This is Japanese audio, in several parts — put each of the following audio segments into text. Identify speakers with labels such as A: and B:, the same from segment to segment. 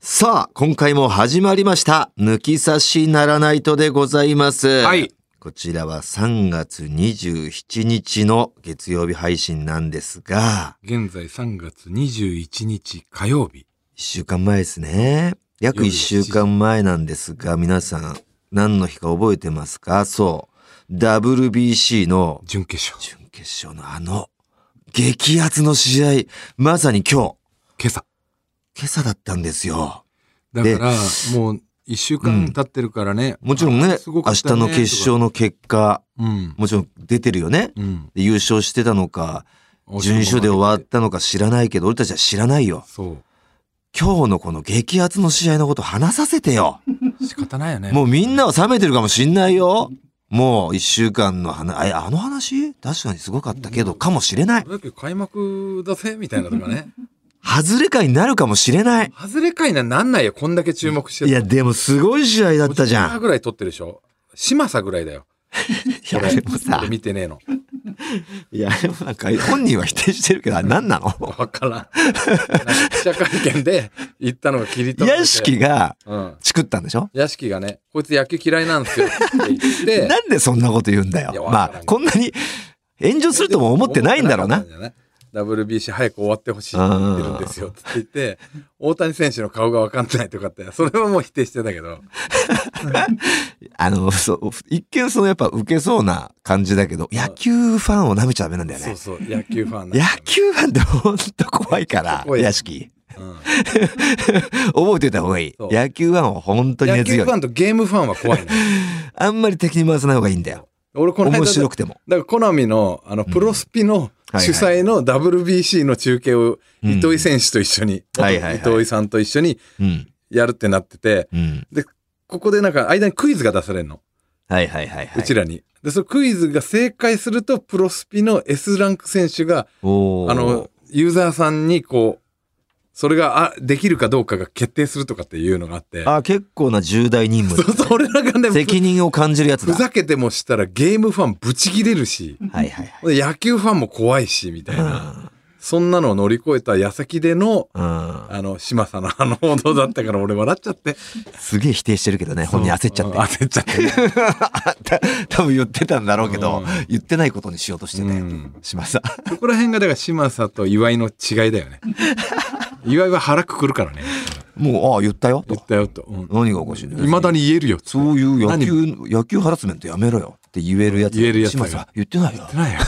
A: さあ、今回も始まりました。抜き差しならないとでございます。
B: はい。
A: こちらは3月27日の月曜日配信なんですが、
B: 現在3月21日火曜日。
A: 1週間前ですね。約1週間前なんですが、皆さん、何の日か覚えてますかそう。WBC の
B: 準決勝。
A: 準決勝のあの、激アツの試合、まさに今日、
B: 今朝。
A: 今朝だったんですよ。
B: だから、もう一週間経ってるからね。
A: もちろんね
B: あすごか
A: 明
B: っ
A: 日
B: たね
A: の決勝の結果、
B: とかうん。
A: もちろん出てるよね。
B: うん。
A: で優勝してたのか、準優勝で終わったのか知らないけど、俺たちは知らないよ。
B: そ
A: 今日のこの激アツの試合のこと話させてよ。
B: う。仕方ないよね。
A: もうみんなは冷めてるかもしんないよ。もう一週間の話、あえあの話確かにすごかったけど、かもしれない。
B: だけど開幕だぜみたいなとかね。
A: 外れ会になるかもしれない。
B: 外れかいななんないよ。こんだけ注目して
A: いや、でもすごい試合だったじゃ
B: 50%
A: ん。
B: ぐらい取ってるでしょ。嶋佐ぐらいだよ。
A: いや、でもさ
B: 俺、見てねえの。
A: いや、でもなんか本人は否定してるけど、あれ何なの
B: わからん。なんか記者会見で言ったのが切り取られ
A: 屋
B: て
A: 敷が
B: うん。
A: チクったんでしょ
B: 屋敷がね、こいつ野球嫌いなんですよって言っ て。
A: なんでそんなこと言うんだ
B: いや
A: よ。
B: わからん
A: まあ、こんなに炎上するとも思ってないんだろうな。。
B: WBC 早く終わってほしいって言ってるんですよって言って、大谷選手の顔が分かんないとかって、それはもう否定してたけど、
A: あの、そう、一見そのやっぱ受けそうな感じだけど、野球ファンを舐めちゃダメなんだよ
B: そう
A: ね。
B: そう、野球ファンなんだ
A: 野
B: よね
A: 球ファンってほんと怖いから、
B: 怖い
A: 屋敷。
B: うん
A: 覚えておいた方がいい。
B: そう
A: 野球ファンは本当に
B: 野
A: 根
B: 球
A: 強
B: ファ
A: い。
B: ンとゲームファンは怖いね。
A: あんまり敵に回さない方がいいんだよ。
B: 俺、この間、
A: 面
B: だ
A: 白
B: か
A: くても。
B: ら、コナミの、あの、プロスピの
A: はいはい
B: 主催の WBC の中継を、糸井選手と一緒に、
A: うんはいはいはい
B: 糸井さんと一緒に
A: うん。
B: やるってなってて、
A: うん。
B: ここでなんか、間にクイズが出されるの。
A: はいはいはいは
B: う
A: い。
B: ちらに。で、そのクイズが正解すると、プロスピの S ランク選手が、
A: おー
B: あの、、ユーザーさんにこう、それがあできるかどうかが決定するとかっていうのがあって、
A: あ、結構な重大任
B: そう
A: 務。
B: そう、俺らがね、ふ
A: 責任を感じるやつ
B: ふ
A: だ。
B: ざけてもしたらゲームファンブチ切れるし、
A: はいはいはい。
B: で野球ファンも怖いし、みたいな。そんなのを乗り越えた矢先での、
A: うん。うん
B: あの、嶋佐のあの報道だったから俺笑っちゃって。
A: すげえ否定してるけどね、本人焦っちゃって
B: うん。焦っちゃってね。
A: た 多分言ってたんだろうけど、
B: うん
A: 言ってないことにしようとしてたよ、
B: うん
A: 島さん
B: そこら辺がだから嶋佐と岩井の違いだよね。岩井は腹くくるからね。
A: もうああ言ったよ
B: 言
A: と
B: ったよと。うん
A: 何がおかしいんだよ
B: いまだに言えるよ。そう
A: そういう野球野球ハラスメントやめろよって言えるやつ
B: 言えるやつが
A: 島さん言って ないよ
B: 言ってないよ。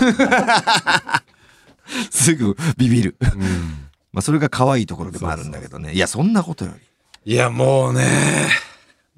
A: すぐビビる
B: うん
A: まあそれが可愛いところでもあるんだけどねいやそんなことより
B: いや、もうね。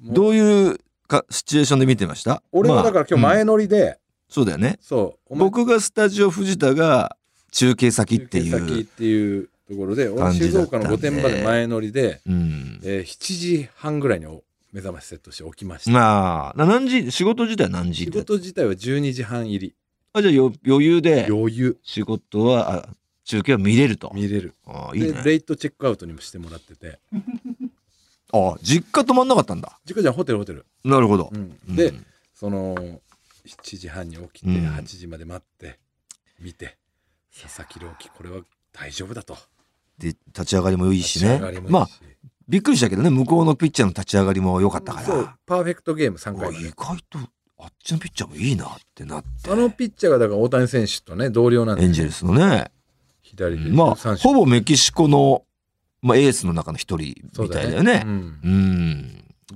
A: どういうかシチュエーションで見てました
B: 俺
A: ま
B: は
A: あ
B: だから今日
A: うん
B: 前乗りで、
A: そうだよね
B: そう、お前
A: 僕がスタジオ藤田が中継先ってい
B: 中継先っ
A: う、
B: ていうところで、俺
A: 感じ
B: 静
A: だった
B: 岡
A: んで
B: の御殿場で前乗りで、
A: うん、
B: えー7時半ぐらいにお目覚ましセットして起きました。
A: まあな何時仕事自体は何時
B: 仕
A: って
B: 事自体は12時半入り。
A: あじゃあよ余裕で
B: 余裕。
A: 仕事はあ中継は見れると
B: 見れる。
A: ああいい
B: で、
A: ね
B: レイトチェックアウトにもしてもらってて。
A: あ実家泊まんなかったんだ
B: ジコちゃんホテルホテル。
A: なるほど
B: う、ん
A: うん
B: で、その、7時半に起きて、
A: うん
B: 8時まで待って、見て、佐々木朗希、これは大丈夫だと。
A: で立ち上がりもいいしね
B: 立ち上がりもいいし
A: まあびっくりしたけどね向こうのピッチャーの立ち上がりも良かったか
B: そう
A: ら
B: パーフェクトゲーム3
A: うわ意
B: 回まで
A: 外とあっちのピッチャーもいいなってなって
B: あのピッチャーがだから大谷選手とね同僚なん
A: エ
B: で
A: ンジェルスのね、
B: 左で
A: まあ
B: 13
A: ほぼメキシコの、まあ、エースの中の一人
B: そう
A: みたいだよね
B: うん
A: う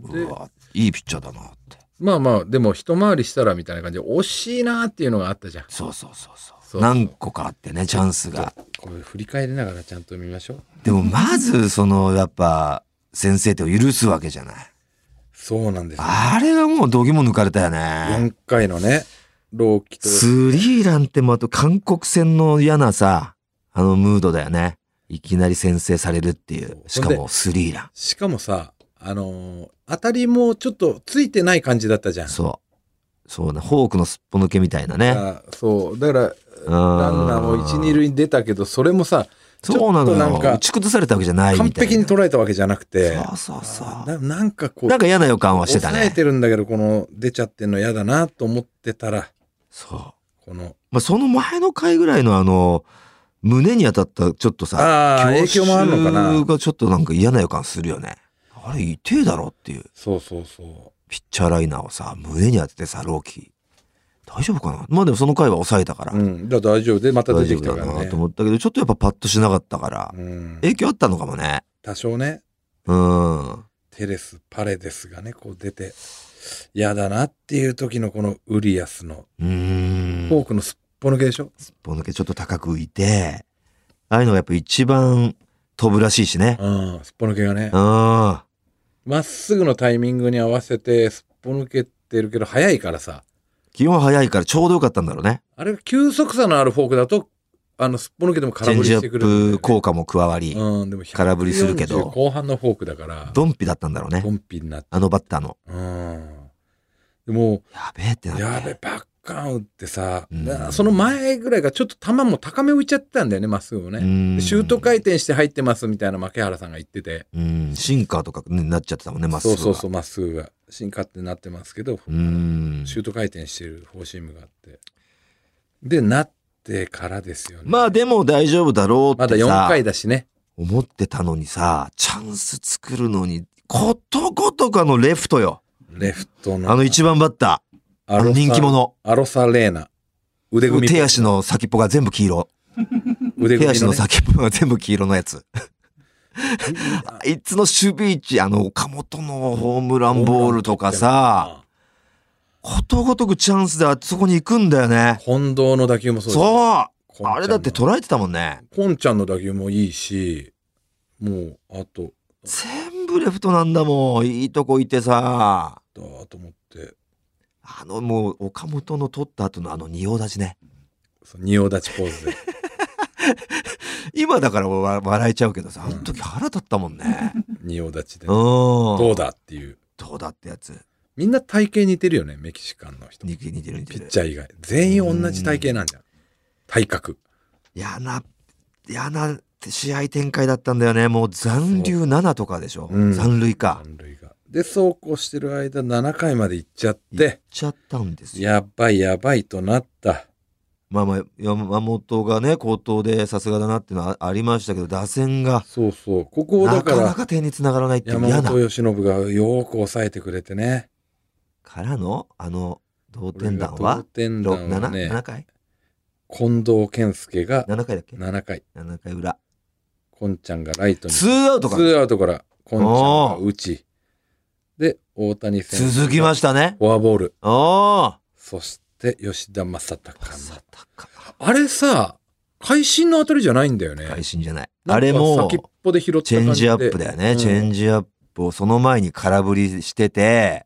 A: ん
B: で
A: うわいいピッチャーだなって
B: まあまあでも一回りしたらみたいな感じで惜しいなっていうのがあったじゃん
A: そうそうそうそう
B: そう
A: 何個かあってねチャンスが
B: これ振り返りながらちゃんと見ましょう
A: でもまずそのやっぱ先制点を許すわけじゃない。
B: そうなんですよ
A: あれはもう度肝抜かれたよね。
B: 4回のね朗希と
A: スリーランってもあと韓国戦の嫌なさ、あのムードだよね。いきなり先制されるっていう。しかもスリーラ
B: しかもさあのー当たりもちょっとついてない感じだったじゃ
A: ン。
B: ん
A: そう。そうね。フォークのすっぽ抜けみたいなね。
B: あそうだから
A: ラン
B: ランナーも一二塁に出たけどそれもさ
A: そうなの
B: ちょっとなん
A: よ。
B: か
A: 打ち崩されたわけじゃないみたい
B: 完
A: な。
B: 璧に捉えたわけじゃなくて
A: そうそうそ
B: あ
A: う。
B: ななんかこう
A: なんか嫌な予感はしてた
B: 抑え
A: ね。
B: てるんだけど、この出ちゃってんの嫌だなと思ってたら、
A: そう。
B: この、
A: まあ、その前の回ぐらいのあの、胸に当たったちょっとさ、
B: ああ、
A: 強
B: 影響もあるのかな。
A: 襲がちょっとなんか嫌な予感するよね。あれ痛えだろっていう
B: そうそうそ
A: ピッチャーライナーをさ胸に当ててさローキー大丈夫かなまあでもその回は抑えたから、
B: う。うん。だから大丈夫で、また
A: 大
B: 出て
A: 丈
B: き
A: 夫
B: たか
A: だ
B: ら
A: な
B: ね
A: と。思ったけどちょっとやっぱパッとしなかったから
B: うん。
A: 影響あったのかもね
B: 多少ね、
A: うん
B: テレス、パレデスがね、こう出て、嫌だなっていう時のこのウリアスの、
A: うーん
B: フォークのすっぽ抜けでしょ、
A: 一本だけちょっと高く浮いてああいうのがやっぱ一番飛ぶらしいしね
B: うん、すっぽ抜けがね
A: う。ん
B: まっすぐのタイミングに合わせて、すっぽ抜けてるけど、速いからさ、
A: 気温早いからちょうどよかったんだろうね
B: あれ、急速さのあるフォークだと、あの、すっぽ抜けても
A: チ
B: 空
A: ェン
B: 振り
A: ジア
B: してく
A: ッ
B: れるんだよね、
A: プ効果も加わり、
B: うん、でも
A: 空振りするけど
B: 140後半のフォークだから、
A: ドンピだったんだろうね
B: ドンピになって。
A: あのバッターの
B: うん。でも
A: やべえってな
B: う、
A: って
B: やべ、バッカン打ってさ、
A: うん
B: なその前ぐらいがちょっと球も高め浮いちゃってたんだよね、まっすぐもね。でシュート回転して入ってますみたいな牧原さんが言ってて。
A: うんシンカーとかになっちゃってたもんねまっすぐ
B: そう
A: は
B: そうそう、まっすぐが。進化ってなってますけど、
A: うん
B: シュート回転してるフォーシームがあって。で、なってからですよね。
A: まあでも大丈夫だろう
B: ま
A: っ
B: だ
A: て
B: 4
A: さ
B: 回だしね。
A: 思ってたのにさチャンス作るのにことごとくあのレフトよ
B: レフトの。
A: あの一番バッター
B: ア
A: あの
B: ロサ
A: 人気。者
B: アロサレーナ。腕組み。
A: 手足の先っぽが全部黄色手
B: 腕組み、ね。
A: 足の先っぽが全部黄色のやつ
B: うん
A: あいつの守備位置あの岡本のホームランボールとかさ、 ことごとくチャンスであそこに行くんだよね
B: 近藤の打球もそうう
A: そう
B: コンちゃんの
A: あれだって捉えてたもんね
B: コンちゃんの打球もいいし、もう、あと、
A: 全部レフトなんだもんいいとこいてさ
B: だーと思って、
A: あのもう岡本の取った後のあの仁王立ちね
B: その仁王立ちポ ーズで。
A: 今だからわ笑えちゃうけどさあ
B: うん
A: の時腹立ったもん ね
B: 仁王立ちで。
A: うん
B: ど
A: ど
B: うだっていう。
A: どうだってやつ
B: みんな体型似てるよね、メキシカンの人。
A: 似てる似てる似
B: ピ
A: て
B: ッ
A: る
B: チャー以外。全員同じ体型なんじゃん。体格。
A: 嫌な嫌な試合展開だったんだよねもう残留7とかでしょ、
B: うん
A: 残塁か
B: 三塁が。で、そうこうしてる間、7回まで行っちゃっ、
A: 行ってちゃったんですよ
B: やばいやばいとなった。
A: まあまあ山本がね好投でさすがだなっていうのはあありましたけど打線が
B: そうそう。ここをだ
A: な
B: か
A: からな、か点につながらないっていう
B: 山
A: 嫌な
B: 本由伸がよーく抑えてくれてね。
A: からのあの同
B: これ
A: 点
B: が
A: 弾は
B: 同点
A: ろ
B: 弾は
A: 7,
B: ね
A: 7、回
B: 近藤健介が
A: 7回だっけ
B: 7回、
A: 7回裏
B: こんちゃんがライトに。
A: ツーアウトか
B: ツーアウトから、こんちゃんが打ち。で、大谷選手。
A: 続きま
B: し
A: したね
B: フォアボール。
A: あ
B: そして、吉田正尚
A: あさたか
B: あれさ、会心の当たりじゃないんだよね。
A: 会心じゃない
B: な
A: あ
B: んか
A: れも
B: 先っぽで拾った
A: チェンジアップ
B: で。
A: だよね、
B: うん
A: チェンジアップをその前に空振りしてて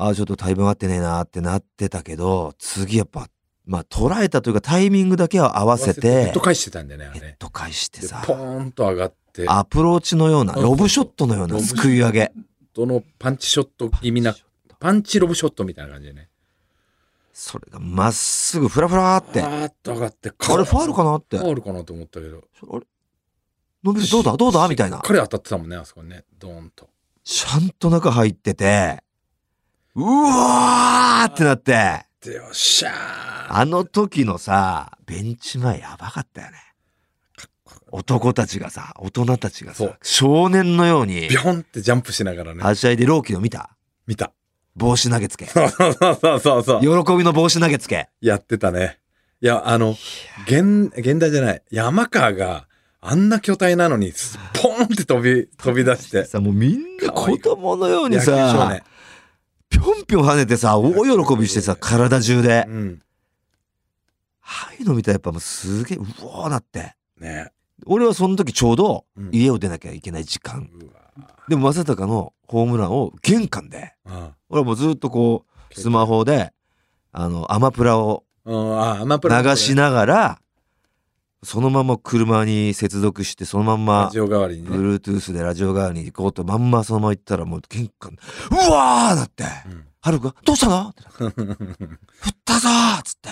A: ああちょっとタイム合ってねえなってなってたけど次やっぱまあ捉えたというかタイミングだけは合わせて
B: ヘッド返してたんだよね、あ
A: ヘッ
B: れ。
A: ド返して
B: で
A: さ
B: ポーンと上がって、
A: アプローチのような
B: うん
A: ロブショットのような
B: ロブショッ
A: す
B: ト
A: くい上げ
B: どのパンチショット気味な、パンチロブショットみたいな感じでね。
A: それがまっすぐフラフラーってあ
B: あーっと上がって、
A: れファールかなって
B: フ
A: あ
B: ァールかなと思ったけど。
A: れ伸びるどうだどうだみたい
B: し
A: な
B: っかり当たってたもんね、あそこにね。ドーンと。
A: ちゃんと中入っててうわーってなって
B: で、よっしゃー
A: あの時のさ、ベンチ前やばかったよね。男たちがさ、大人たちが
B: そ
A: さ
B: う、
A: 少年のように
B: ビ、ョンってジャンプしながらね。
A: はしゃいでローキの見た
B: 見た。
A: 帽子投げつけ。喜
B: そうそうそうそうそう。
A: びの帽子投げつけ。
B: やってたね。いや、あの、現、現代じゃない。山川があんな巨体なのに、スポーンって飛び、飛び出して。
A: さ、もうみんな
B: 可愛
A: 子
B: い
A: 供のように
B: 野球少
A: さ
B: 年、。
A: ぴょんぴょん跳ねてさ、大喜びしてさ、体中で。
B: うん。
A: ああいうの見たらやっぱもうすげえ、うおーなって。
B: ね。
A: 俺はその時ちょうど
B: うん
A: 家を出なきゃいけない時間。
B: うわ
A: でもまさたかのホームランを玄関で、
B: あ
A: 俺はもうずっとこう、スマホで、あの、アマプラを
B: うん、あ、アマプラ
A: 流し
B: な。
A: ながらそのまま車に接続してそのまん
B: ラ
A: ま
B: ジオ代わりにね。
A: Bluetooth でラジオ側に行こうとまんまそのまま行ったらもう玄関うわーだって
B: うん
A: 「ハルくんどうしたの?」ってなって振ったぞーっつって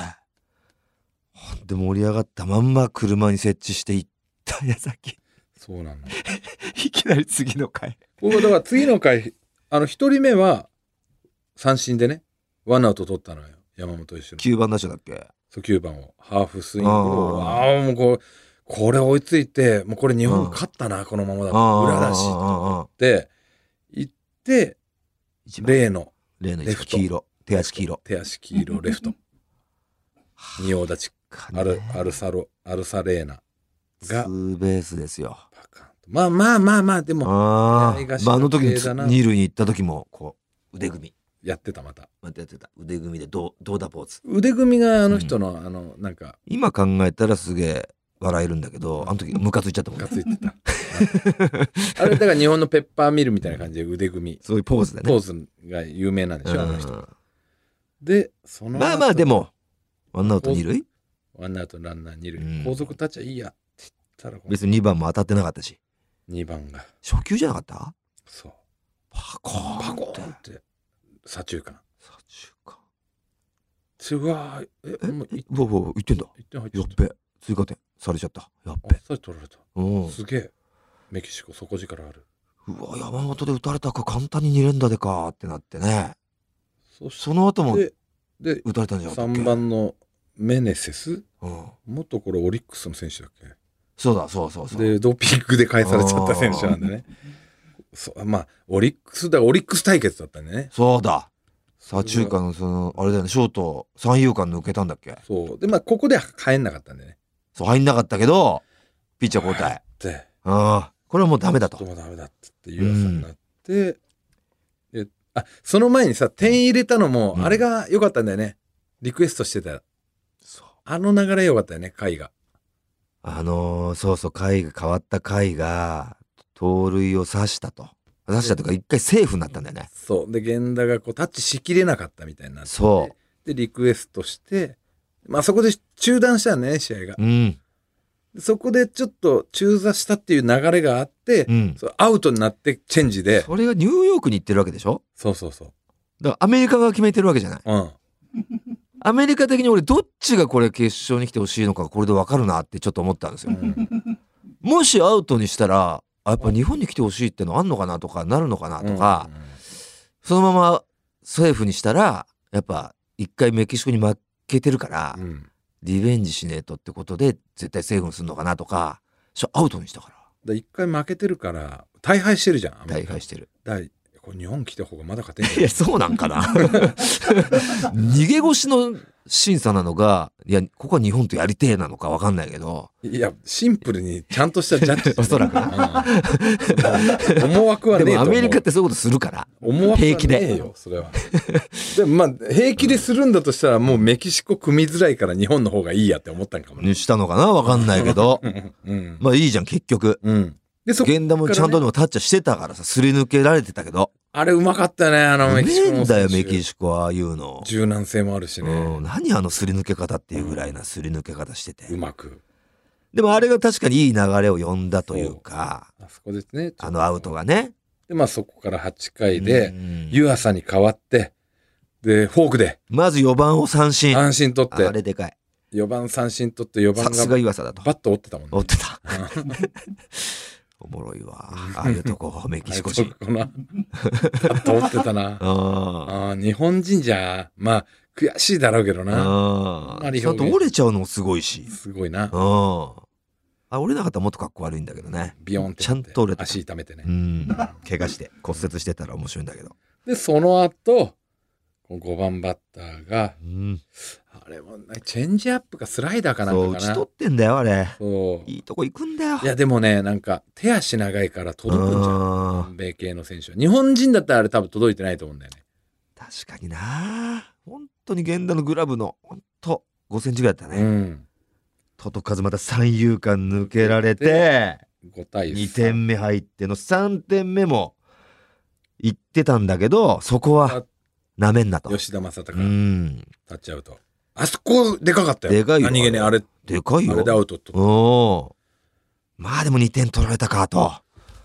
A: ほんで盛り上がったまんま車に設置して行った矢 先
B: そうなんだ。
A: いきなり次の回
B: 僕はだから次の回、あの、一人目は、三振でね、ワンアウト取ったのよ。山本一緒に。
A: 9番打者だっけ
B: そう9番をハーフスイングを
A: あ
B: ああもうこうこれ追いついてもうこれ日
A: うん
B: 本勝ったなこのままだ
A: あ
B: と
A: ー
B: 裏だし
A: あーあーあー
B: でで、
A: 一番
B: 例の
A: 例の
B: レ
A: 一番
B: フト
A: 黄色手足黄色
B: 手足黄色レフト、仁王立ち、アルアルサロ、アルサレーナ
A: ツ
B: が
A: ーベースですよ
B: パカンと。まあまあまあまあ、でも
A: あ
B: 出会い
A: あ、
B: 頭
A: まあ、あの時に
B: 系だな
A: 二塁に行った時もこう腕組み
B: やってたまた。
A: またやってた腕組みでどうどうだポーズ
B: 腕組みがあの人の、あの、なんか、
A: 今考えたらすげえ笑えるんだけどあの時ムカついちゃったもん
B: が
A: ね
B: ついてた。あれ、だから日本のペッパーミルみたいな感じで腕組
A: そういうポーズで
B: み、
A: ね
B: ポーズが有名なんでしょ、あの人。
A: う
B: で、その
A: ん
B: 後。
A: まあまあでもワンアウト二塁
B: ワンアウトランナー二塁、
A: うん
B: 後続立ちゃいいやって言ったら、この
A: 別に2番も当たってなかったし
B: 2番が、
A: 初球じゃなかった
B: そう、
A: パコーン
B: パコ
A: って
B: ーンって、左中間。
A: 左中間
B: つうわーえ、
A: え
B: もう
A: え
B: 1
A: うわうわ言ってんだ
B: 点入っちゃ
A: や
B: っ。
A: ったべ追加点されちゃったやっ
B: あ
A: べ
B: っさり取られた。
A: うん
B: すげえ。メキシコ底力ある。
A: うわ山本で打たれたか簡単に2連打でかってなってね
B: そし
A: その後も
B: て、で、
A: 打たれたんじゃなかったっけ
B: 3、番のメネセス
A: うん、
B: 元これオリックスの選手だっ
A: そうだそうそう
B: け
A: そう
B: でドーピングで返されちゃった選手なんでねそうまあオリックスだオリックス対決だったんでね
A: そうだ左中間のそのあれだよねショート三遊間抜けたんだっけ
B: そうでまあここで帰んなかったんでね
A: そう入んなかったけどピッチャー交代
B: で
A: ああこれはもうダメだ
B: ちょっ
A: と
B: ともうダメだっつって湯浅になって、であその前にさ点入れたのも、
A: うん
B: あれが良かったんだよねリクエストしてた
A: そう
B: あの流れ良かったよね回が
A: あのーそうそう回が変わった回が盗塁を刺したと刺したというか一回セーフになったんだよね
B: そうで源田がこうタッチしきれなかったみたいになって
A: そ
B: でリクエストしてまあそこで中断したんだね試合が
A: ううん
B: そこでちょっと中座したっていう流れがあって、
A: うん
B: そうアウトになってチェンジで、
A: それがニューヨークに行ってるわけでしょ
B: そうそうそ。
A: だからアメリカが決めてるわけじゃないう
B: うん。
A: アメリカ的に俺どっちがこれ決勝に来てほしいのかこれで分かるなってちょっと思ったんです
B: う
A: よ。
B: ん
A: もしアウトにしたらあやっぱ日本に来てほしいってのあんのかなとかなるのかなとか、そのままセーフにしたらやっぱ一回メキシコに負けてるから
B: うんうん
A: リベンジしねえとってことで絶対セーフにするのかなとかそうアウトにしたから
B: で一回負けてるから、大敗してるじゃん。アメ
A: 大
B: リカ
A: 敗してる。
B: だいこれ日本来た方がまだ勝てん
A: い
B: じゃ
A: やそうなんかな 逃げ腰の審査なのがいやここは日本とやりてえなのか分かんないけど。
B: ん。いや、シンプルにちゃんとしたジャッジだね。
A: おそらく
B: く。思惑はね
A: で
B: え
A: も
B: と
A: ア
B: 思う
A: メリカってそういうことするから。
B: 思惑
A: 平気で
B: はねえよ、それは。でもまあ、平気でするんだとしたら、もうメキシコ組みづらいから日本の方がいいやって思ったんかもね。。
A: にしたのかなわかんないけど
B: うんうん。
A: まあいいじゃん、結局。
B: うん。で、そこ
A: 源田もちゃんとでもタッチはしてたからさ、すり抜けられてたけど。
B: あれうまかったね、あ
A: う
B: の
A: め
B: メキシ
A: え
B: コの
A: んだよ、
B: 選
A: メ
B: 手
A: キシコ、ああいうの。
B: 柔軟性もあるし
A: うん、
B: ね。
A: 何あのすり抜け方っていうぐらいなすり抜け方してて。
B: うまく。
A: でもあれが確かにいい流れを呼んだというか、
B: あそこですね。
A: あのアウト。がね。
B: で、まあそこから8回
A: う
B: で、
A: ん
B: 湯浅に代わって、で、フォークで
A: まず4番を三振。あ
B: 安心取っ
A: れ
B: て、
A: でかい。
B: 4番三振取って、4
A: さす
B: 番
A: が
B: が
A: 岩佐だと。
B: バット折ってたもん
A: 追っ
B: ね。
A: て た。おもろいわ。ああいうとこ、メキシコ人。
B: あそこ なバット折って たな。
A: あ
B: あー日本人じゃ、まあ悔しいだろうけどな。
A: あ
B: あんま
A: あ。
B: り
A: ちゃん
B: 表
A: と
B: 現
A: 折れちゃうのもすごいし。
B: すごい
A: う
B: な。
A: ん。あ、折れなかったらもっとかっこ悪いんだけどね。
B: ビヨンって。
A: ちゃんと折れた
B: 足痛めてね
A: う。ん。怪我して骨折してたら面白いんだけど。
B: で、その後、5番バッターが、
A: うん。
B: あれもね、チェンジアップかスライダーかなん
A: そう、
B: か
A: 打
B: か
A: ち
B: な。
A: 取ってんだよ、あれ。
B: そう。
A: いいとこ行くんだよ。
B: いや、でもね、なんか、手足長いから
A: う
B: 届くんじゃん。
A: ん。
B: 南米系の選手は。日本人だったらあれ多分届いてないと思うんだよね。
A: 確かにな。本当に源田のグラブの、本当5センチぐらいだった
B: う
A: ね。
B: ん。
A: トトカズまた三遊間抜けられて、
B: 5対
A: 2
B: 3。
A: 点目入っての3点目も行ってたんだけど、そこはなめんなと。
B: 吉田正尚
A: う、ん。
B: タッチアウト。あそこ、でかかったよ。
A: でかいよ
B: 何気にあれ、
A: でかいよ。
B: あれでアウトと。
A: おお。まあでも2点取られたかと。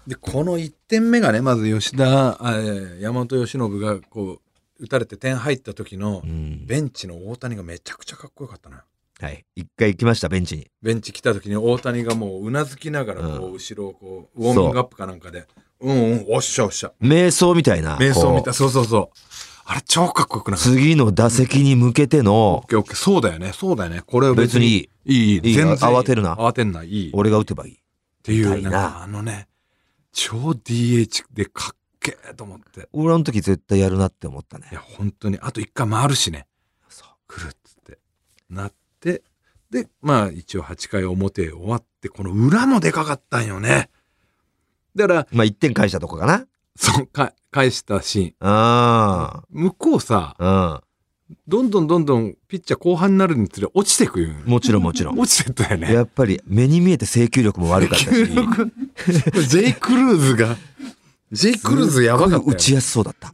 B: で、この1点目がね、まず吉田、あえー山本由伸が、こう、打たれて点入った時の
A: う、ん。
B: ベンチの大谷がめちゃくちゃかっこよかったな。
A: はい。一回行きました、ベンチに。
B: ベンチ来た時に大谷がもううなずきながらこ
A: うん
B: う後ろをこうウォーミングアップかなんかでうんうんおっしゃおっしゃ
A: 瞑想みたいな。
B: 瞑想みたい
A: こ
B: そうそうそうあれ超かっこよく
A: う
B: なかった
A: 次の打席に向けて
B: オ
A: の
B: ッ、ケーオッケーそうだよねそうだよねこれは
A: 別にいい。
B: いいいい
A: いい
B: 全然いい
A: 慌てるな
B: 慌てんないいっ
A: 俺が打てばいい。
B: てい
A: 痛
B: う
A: い
B: な
A: なん
B: かあのね超 DH でかっげえと思って。
A: 俺あの時絶対やるなって思ったね
B: いや、本当に、あと一回回るしね。
A: そう
B: 来るっつって。なって、で、まあ一応8回表終わって、この裏もでかかったんよね。だから、
A: まあ1点返したとこかな
B: そう、か返したシ
A: あ
B: ーン。向こうさ、
A: あ
B: どんどんどんどんピッチャー後半になるにつれ落ちてくよね、
A: うんもちろんもち ろん
B: 落ちてったよね。
A: やっぱり目に見えて制球力も悪かったし
B: 急にジェイ・クルー ズが、ジェイ・クルーズやばかったよ
A: 打ちやすそうだった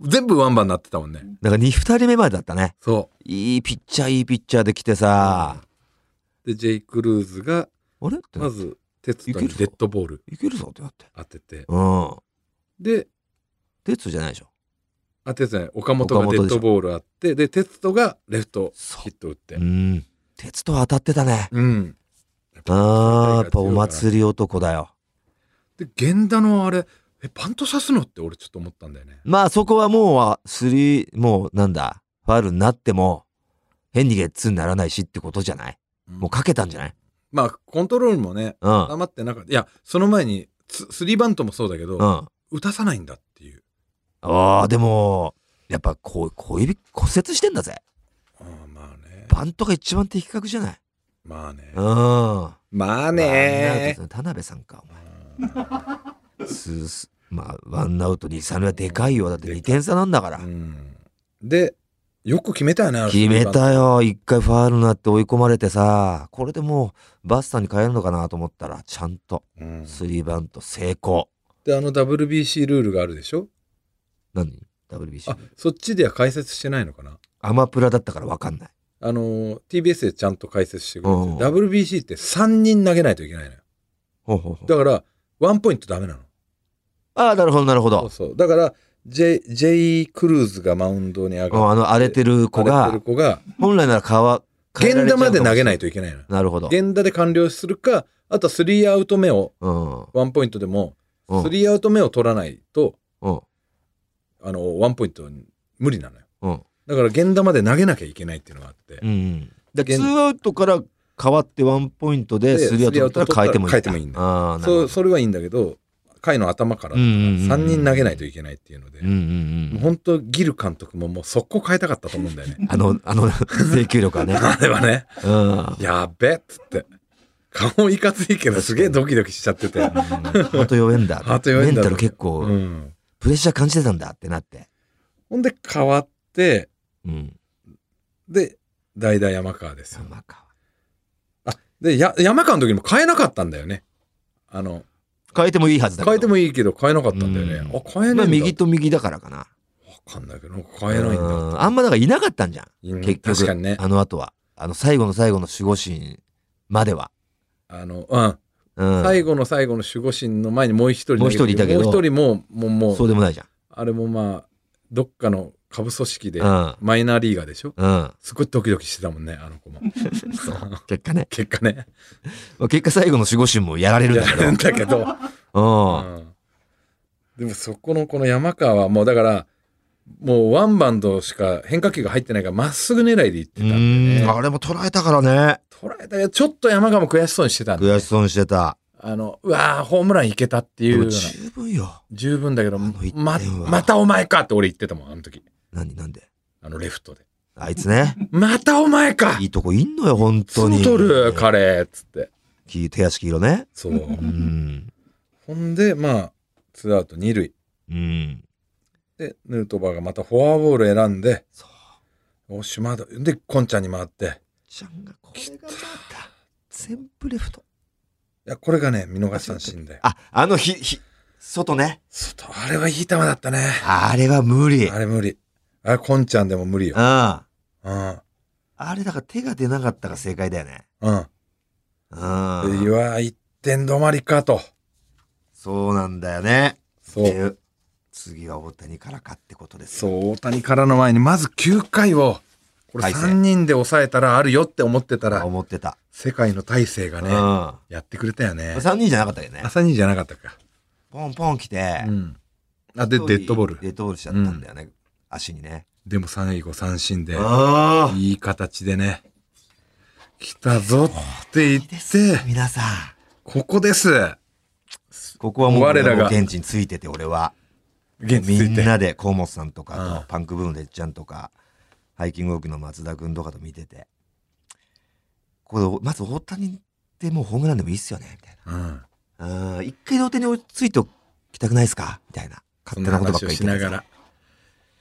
B: 全部ワンバンになってたもんね。
A: だから 2, 二人目までだったね
B: そ
A: いいピッチャーいいピッチャーで来てさ
B: う。で、ジェイ・クルーズが、
A: あれってな
B: ま
A: って
B: ず、鉄人にデッドボール
A: いけるぞってなって
B: 当てて、
A: うん
B: で、
A: 鉄じゃないでしょ
B: あ、鉄人じゃない岡本がデッドボールあって、で、鉄人がレフト
A: そ
B: ヒット打って
A: う。ん鉄と当たってたね
B: うん。
A: ああやっぱお
B: り。
A: 祭り男だよ
B: で、源田のあれ、え、バント刺すのって俺ちょっと思ったんだよね。
A: まあそこはもうはスリーもうなんだファウルになっても変にゲッツーにならないしってことじゃないもうかけたんじゃない
B: まあ、コントロールもね、
A: うん
B: 黙ってなかった。いや、その前に、つスリーバントもそうだけど、
A: うん
B: 打たさないんだっていう。
A: ああでもやっぱこう小指骨折してんだぜ
B: ああまあね。
A: バントが一番的確じゃない
B: まあね
A: う。ん
B: まあ
A: ワンアウトの田辺さんかお前すすまあワンアウト二三塁はでかいよだって2点差なんだから
B: うんで、よく決めたよね、あの
A: 決め
B: スリーバン
A: たよ一回ファウルになって追い込まれてさこれでもうバスターに変えるのかなと思ったらちゃんと
B: ト。うん
A: スリーバント成功
B: で、あの WBC ルールがあるでしょ
A: 何 ?WBC
B: あ、そっちでは解説してないのかな
A: アマプラだったから分かんない
B: あのー、TBS でちゃんと解説してくれて、
A: うん
B: WBC って3人投げないといけないのよ。
A: ほうほうほう
B: だから、ワンポイントダメなの。
A: ああなるほどなるほ
B: そう
A: ど
B: そう。だから、J、J クルーズがマウンドに上
A: うん
B: がっ
A: あの荒れてる子
B: 上がって
A: が
B: る子が、
A: 本来ならかわ
B: 源田まで投げないいといけないのよ。
A: なるほど
B: 源田で完了するか、あとはスリーアウト目を、
A: うん
B: ワンポイントでも、
A: うん
B: スリーアウト目を取らないと、
A: うん
B: あの、ワンポイントに無理なのよ。
A: うん
B: だから、源田まで投げなきゃいけないっていうのがあって。
A: うんだから
B: 現
A: ツーアウトから変わってワンポイントで
B: で
A: スリーアウトだったら変えてもいい
B: スリーアウト取ったら変えてもいいんだ
A: ああなるほ
B: そ
A: ど
B: うそれはいいんだけど回の頭から
A: うんうんうんうん
B: 3人投げないといけないっていうので、
A: うんうんう
B: もうん本当ギル監督ももう速攻変えたかったと思うんだよね
A: あのあの 制球力はね
B: あれはね
A: うん
B: やっべっつって顔いかついけどすげえドキドキしちゃってて、
A: ハート弱えんだ。
B: ハート弱えんだ
A: メンタル結構、
B: うん、
A: プレッシャー感じてたんだってなって。
B: ほんで変わって
A: うん。
B: で代打山川ですよ
A: 山川。
B: でや山川の時にも変えなかったんだよねあの
A: 変えてもいいはずだけど。
B: 変えてもいいけど変えなかったんだよね、
A: うん
B: あ変
A: ま
B: えな
A: あ
B: いんだ、
A: 右と右だからかな。
B: 分かんないけどなんか変えないんだ、
A: うんあんまだからいなかったんじゃん。
B: うん
A: 結局。
B: 確かにね
A: あの後は。あの、最後の最後の守護神までは。
B: あのうん
A: うん。
B: 最後の最後の守護神の前にもう一人投げて
A: もう一人いたけど
B: もう一人ももうもう
A: そうでもないじゃん。
B: あれもまあどっかの下部組織で
A: うん
B: マイナーリーガーでしょ
A: うん。
B: すごいドキドキしてたもんねあの子も
A: 結果ね。
B: 結果ね
A: まあ結果最後の守護神もやられるん
B: や
A: だけど。
B: られる
A: うん
B: だけど、
A: ん。
B: うんでもそこのこの山川はもうだからもうワンバウンドしか変化球が入ってないからまっすぐ狙いで行って
A: う
B: たんで
A: ん。
B: ね
A: あれも捉えたからね。
B: 捉えたけどちょっと山川も悔しそうにしてたんで
A: 悔しそうにしてた。
B: あのうわーホームランいけたってい
A: でも
B: うような
A: 十分よ。
B: 十分だけど
A: の一点
B: ま
A: は
B: またお前かって俺言ってたもんあの時
A: 何なんで。
B: あのレフトで。
A: あいつね。
B: またお前か
A: いいとこいんのよ、本当
B: そう
A: に。
B: 取る彼っつって。
A: き手足黄色ね。
B: そう。
A: うん。
B: ほんで、まあ、ツーアウト二塁。
A: うん。
B: で、ヌートバーがまたフォアボール選んで、
A: そう。
B: おしまだ。で、コンちゃんに回って。
A: ちゃんがこれがまた、全部レフト。
B: いや、これがね、見逃し三振だよ。
A: あ、あの、ひ、ひ、外ね。
B: 外あれはいい球だったね。
A: あれは無理。うん。
B: あれ無理。あれ、コンちゃんでも無理よ。
A: あ
B: うん。
A: れだから手が出なかったが正解だよね。
B: うん。
A: う
B: い
A: ん。
B: や、一点止まりかと。
A: そうなんだよね。
B: そ
A: って
B: う。
A: いう次は大谷からかってことです。
B: そう、大谷からの前に、まず9回を、これ
A: 大勢
B: 3人で抑えたらあるよって思ってたら、
A: 思ってた。
B: 世界の大勢が
A: うん。
B: ね、
A: 3
B: やってくれたよね。
A: 人じゃなかったよね。
B: 朝にじゃなかったか。
A: ポンポン来て
B: う、ん。あ、で、デッドボール。
A: デッドボールしちゃったんだよね。足にね。
B: でも最後三振で、
A: あ
B: いい形でね、来たぞって言っ
A: です
B: て、
A: 皆さん
B: ここです。
A: ここはもう
B: 我らが
A: 現地についてて俺は
B: 原付
A: み
B: つい
A: ん
B: て
A: なで河本さんとか
B: う
A: と
B: ん
A: パンクブームのでっちゃんとかハイキングウォークの松田君とかと見ててこれまず大谷ってもうホームランでもいいっすよねみたい
B: うん、
A: なうん一回同点に追いついておきたくないですかみたいな
B: そ
A: 勝
B: ん
A: 手な
B: な
A: ことばっ
B: 話
A: か
B: を
A: り
B: し
A: 言っ
B: な
A: て
B: が
A: たんです
B: ら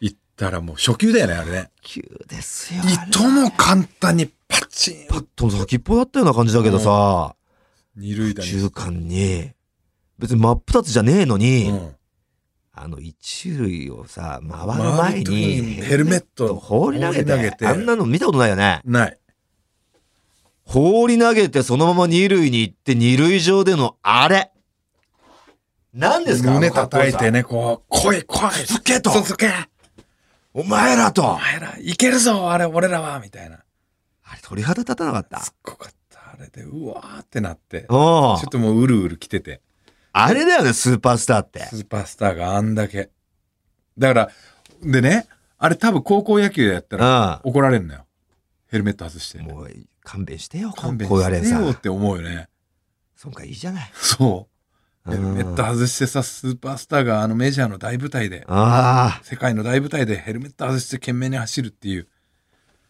B: 行ったらもう初級だよねあれね
A: 急ですよ
B: い
A: あれ
B: とも簡単にパチン
A: パッと先っぽだったような感じだけどさ、
B: 二塁打に
A: 中間に別に真っ二つじゃねえのに、
B: うん
A: あの一塁をさ回る前に
B: ヘルメット
A: 放り投げて
B: 放り投げて
A: あんなの見たことないよね
B: ない
A: 放り投げてそのまま二塁に行って二塁上でのあれ何ですか
B: 胸叩い
A: あの
B: てねこう来い来い
A: 続けと
B: 続け
A: お前ら
B: お
A: と
B: 前らいけるぞあれ俺らはみたいな
A: あれ鳥肌立たなかった
B: すっごかったあれでうわーってなってちょ
A: お
B: っともううるうる来てて
A: あれだよねスーパースターって
B: スーパースターがあんだけだからでねあれ多分高校野球やったら
A: う
B: 怒られるのよヘルメット外して
A: んもう勘弁してよこ
B: 勘弁
A: こうやれん
B: して
A: さ
B: よって思うよね
A: そんかいいじゃない
B: そううヘル
A: ん
B: メット外してさスーパースターがあのメジャーの大舞台で
A: ああ
B: 世界の大舞台でヘルメット外して懸命に走るっていう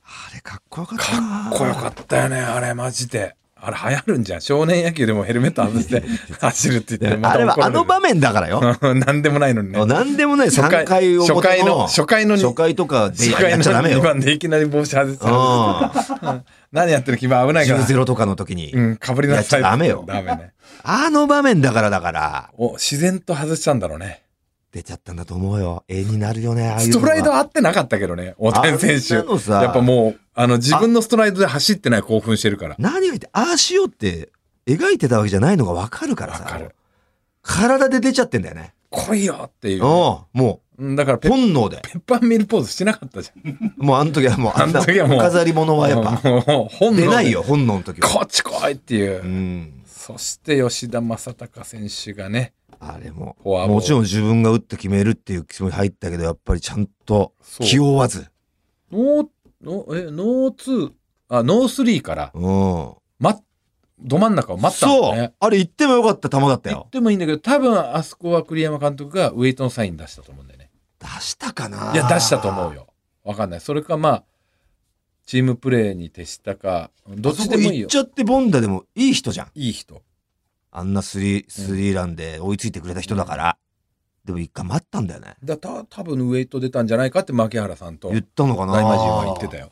A: あれかっこよかった
B: か
A: な
B: っこよかったよねあれマジであれ流行るんじゃん少年野球でもヘルメット外して 走るって言ってま
A: あ
B: た
A: れは
B: 怒ら
A: あ
B: れる
A: の場面だからよ
B: 何でもないのにね
A: 何でもない
B: 初
A: 3
B: 回
A: 回表
B: 初回の初回のに
A: 初回とかで
B: 初
A: や
B: 回
A: っ
B: の
A: ちゃダメ
B: 2
A: よ
B: 番でいきなり帽子外して
A: う
B: 何やってる気分危ないか
A: ん
B: ら
A: 10-0とかの時に、
B: うんかぶりなさい
A: やっちゃダメよ
B: ダメね
A: あの場面だからだから
B: お自然と外しちゃうんだろうね
A: 出ちゃったんだと思うよ絵になるよねああいうの
B: スト
A: が
B: ライド合ってなかったけどね大谷選手
A: あんなのさ
B: やっぱもうあの自分のストライドで走ってない興奮してるから
A: 何が言ってああしようって描いてたわけじゃないのが分かるから
B: わ
A: さ
B: かる
A: 体で出ちゃってんだよね、
B: 来いよっていう
A: うんも
B: うんだから
A: う
B: ペッ
A: 本能で
B: ペッパーミルポーズしてなかったじゃん
A: もうあの時はもうあんな
B: あの時はもう
A: 飾り物はやっぱ
B: もうもう本能で
A: 出ないよ本能の時は
B: こっち来いっていうう、
A: ん
B: そして吉田正尚選手がね
A: あれも
B: フォアボール
A: もちろん自分が打って決めるっていう気持ち入ったけどやっぱりちゃんと
B: そう
A: 気負わず
B: ノーノーえノーツーあノースリーから、
A: うん
B: ま、ど真ん中を待ったん
A: そ
B: だね
A: うあれ言ってもよかった球だった
B: 言
A: よ
B: ってもいいんだけど多分あそこは栗山監督がウェイトのサイン出したと思うんだよね
A: 出したかない
B: いや出したと思うよわかんないそれかまあチームプレーに徹したかどっちでもいい
A: あそこ行っ
B: よ
A: ちゃってボンダでもいい人じゃん
B: いい人
A: あんなスリースリーランで追いついてくれた人だから、でも一回待ったんだよね
B: だた多分ウェイト出たんじゃないかって牧原さんと
A: 言ったのかな
B: 大魔神は言ってたよ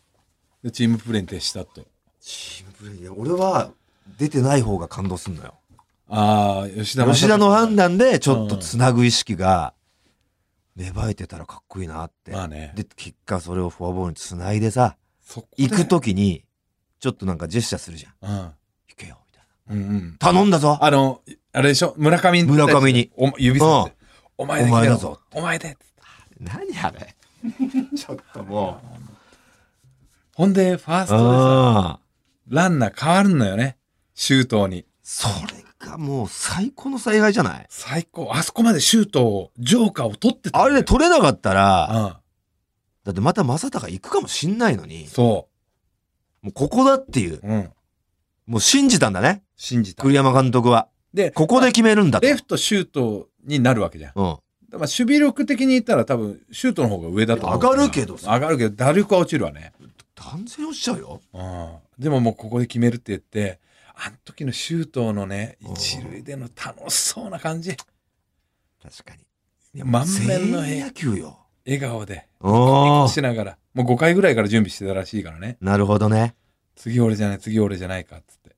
B: でチームプレーに徹したと
A: チームプレーいや俺は出てない方が感動すんのよ
B: ああ吉田正尚
A: 吉田の判断でちょっとつなぐ意識が芽生えてたらかっこいいなって、
B: まあね
A: で結果それをフォアボールにつないでさ
B: そこで
A: 行く時にちょっとなんかジェスチャーするじゃん
B: うん
A: 行けよみたい
B: うんうん
A: な頼んだぞ
B: あのあれでしょ村上に対して
A: 村上に
B: お指さしてお前で
A: お前だ
B: だ
A: ぞ
B: ぞお前で
A: 何あ れちょっともう
B: ほんでファーストでさ
A: ああ
B: ランナー変わるのよね周東に
A: それがもう最高の災害じゃない
B: 最高あそこまで周東をジョーカーを取ってた
A: あれで
B: 取
A: 取れなかったら
B: うん
A: だってまた正尚行くかもしんないのに
B: そ
A: もうここだっていう
B: う。うん。
A: もう信じたんだね
B: 信じた。
A: 栗山監督は
B: で、
A: ここで決めるんだと
B: レフトシュートになるわけじゃん。だか
A: うん
B: ら守備力的に言ったら多分、シュートの方が上だと思うから。
A: 上がるけどさ
B: 上がるけど、打力は落ちるわね。
A: 断然落ちちゃうよ
B: うん。でももうここで決めるって言って、あの時のシュートのね、
A: うん
B: 一塁での楽しそうな感じ。
A: 確かに
B: 満面の
A: 全員
B: 笑
A: 野球よ
B: 笑顔で、
A: お
B: しながら。もう5回ぐらいから準備してたらしいからね。
A: なるほどね
B: 次俺じゃない、次俺じゃないかっつって。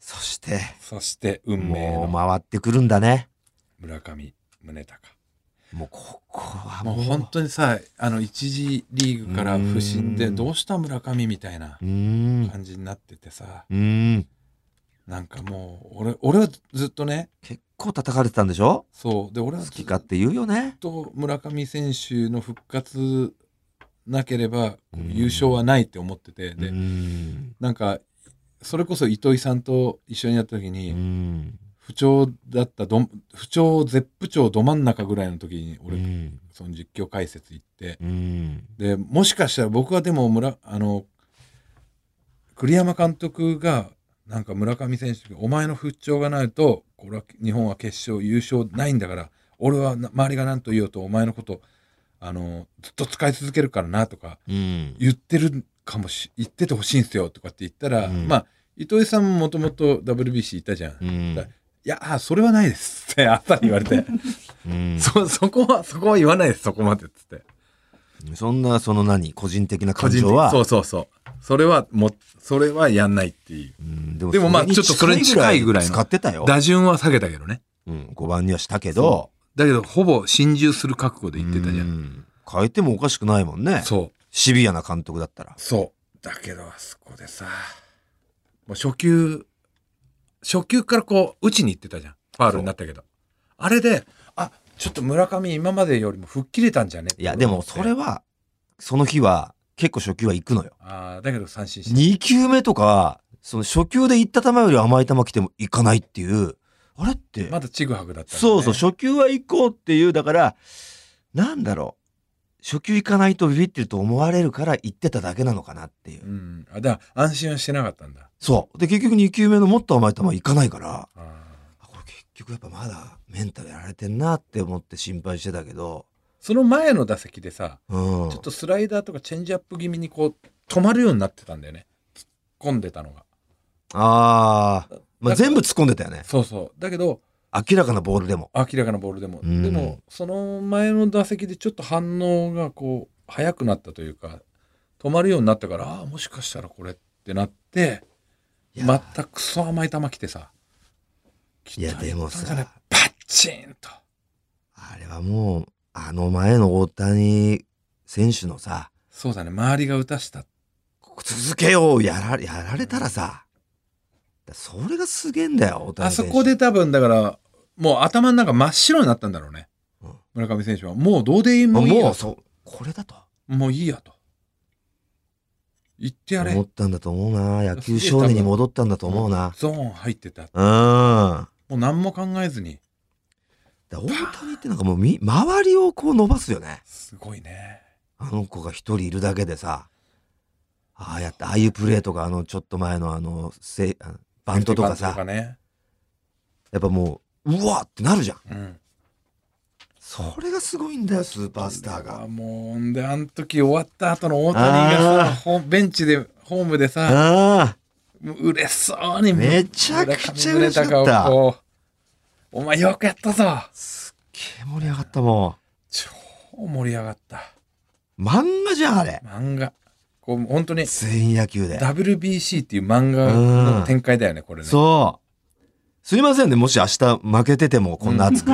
A: そして
B: そして、運命
A: もう
B: の
A: 回ってくるんだね
B: 村上宗隆。
A: もうここは
B: もう本当にさあの一次リーグから不振
A: う
B: で
A: ん
B: どうした村上みたいな
A: うーん
B: 感じになっててさ
A: うーん
B: なんかもう俺俺はずっとね
A: 結構叩かれてたんでしょ
B: そうで俺は
A: 好
B: ず
A: き
B: っ
A: 勝手言うよね
B: と村上選手の復活なければ
A: うん
B: 優勝はないって思ってて
A: うー
B: で
A: ん
B: なんかそれこそ糸井さんと一緒にやった時
A: う
B: に
A: ん
B: 不調だったどん不調絶不調ど真ん中ぐらいの時に俺
A: うん
B: その実況解説行って
A: うん
B: でもしかしたら僕はでも村あの栗山監督がなんか村上選手にお前の復調がないとこれは日本は決勝優勝ないんだから俺はな周りが何と言おうとお前のことあのずっと使い続けるからなとか
A: うん。
B: 言ってるかもし言っててほしいんすよとかって言ったら、
A: うん
B: まあ糸井さんももともと WBC いたじゃん、
A: う
B: い
A: ん。
B: やあそれはないですってあったり言われ て、
A: うん
B: そそこはそこは言わないですそこまでっつって
A: そんな、その何、個人的な感情は。
B: そうそうそうそれはもうそれはやんないっていう
A: うんでも
B: でもまあちょっとそれに近いぐらいの
A: 使ってたよ。
B: 打順は下げたけどね
A: うん、5番にはしたけど
B: そ。だけどほぼ心中する覚悟で言ってたじゃ
A: うんん変えてもおかしくないもんね。
B: そう
A: シビアな監督だったら。
B: そう。だけど、あそこでさ、もう初球、初球からこう、打ちに行ってたじゃん。ファールになったけど。あれで、あ、ちょっと村上今までよりも吹っ切れたんじゃね
A: いや、でもそれ
B: は。
A: は、その日は、結構初球は行くのよ。
B: ああ、だけど三振して。
A: 2球目とか、その初球で行った球より甘い球来ても行かないっていう、あれって、
B: まだちぐはぐだったんだね、
A: そうそう、初球は行こうっていう、だから、なんだろう。初球行かないとビビってると思われるから行ってただけなのかなっていうう。
B: ん。あ、だから安心はしてなかったんだ。
A: そう。で、結局2球目のもっと甘い球行かないから、
B: あー
A: あこれ結局やっぱまだメンタルやられてんなって思って心配してたけど、
B: その前の打席でさ、
A: うん。
B: ちょっとスライダーとかチェンジアップ気味にこう、止まるようになってたんだよね。突っ込んでたのが。
A: ああ、まあ、
B: だから
A: 全部突っ込んでたよね。
B: そうそう。だけど、
A: 明らかなボールでも。
B: 明らかなボールでも、
A: うん
B: でもその前の打席でちょっと反応がこう早くなったというか止まるようになったからああもしかしたらこれってなって
A: いや
B: またクソ甘い球来てさ
A: いや、でも
B: 来たね
A: さ、
B: パッチーンと
A: あれはもう、あの前の大谷選手のさ、
B: そうだね周りが打たした
A: 続けようやらやられたらさ、だそれがすげえんだよ、大谷
B: あそ
A: 選手。
B: こで多分だからもう頭の中真っ白になったんだろうね、
A: うん
B: 村上選手はもうどうでいい
A: あ、
B: もういい
A: も
B: や
A: う、そう、これだと
B: もういいやと言ってやれ
A: 思ったんだと思うな。野球少年に戻ったんだと思うな。
B: ゾーン入ってた
A: うん。だ
B: もう何も考えずに
A: 大谷ってなんかもうみ、周りをこう伸ばすよね。
B: すごいね。
A: あの子が一人いるだけでさ、ああやって、ああいうプレーとか、あの、ちょっと前のあの、せいあのバントとか
B: バント
A: さ、
B: ね。
A: やっぱもう、うわってなるじゃん。
B: うん。
A: それがすごいんだよ、スーパースター
B: あ
A: が。
B: もう、んで、あの時終わった後の大谷が
A: あー
B: さ、ホベンチで、ホームでさ、
A: あ
B: もう嬉しそうに、
A: めちゃくちゃ嬉しかった
B: 村上宗隆をこうお前よくやったぞ
A: あ、すっげえ盛り上がったも
B: 超盛り上がった。
A: ん。漫画じゃん、あれ。
B: 漫画。こう、本当に、
A: 全員野球で。
B: WBC っていう漫画の展開だよね、これね。
A: そう。すいませんね、もし明日負けててもこんな熱 く。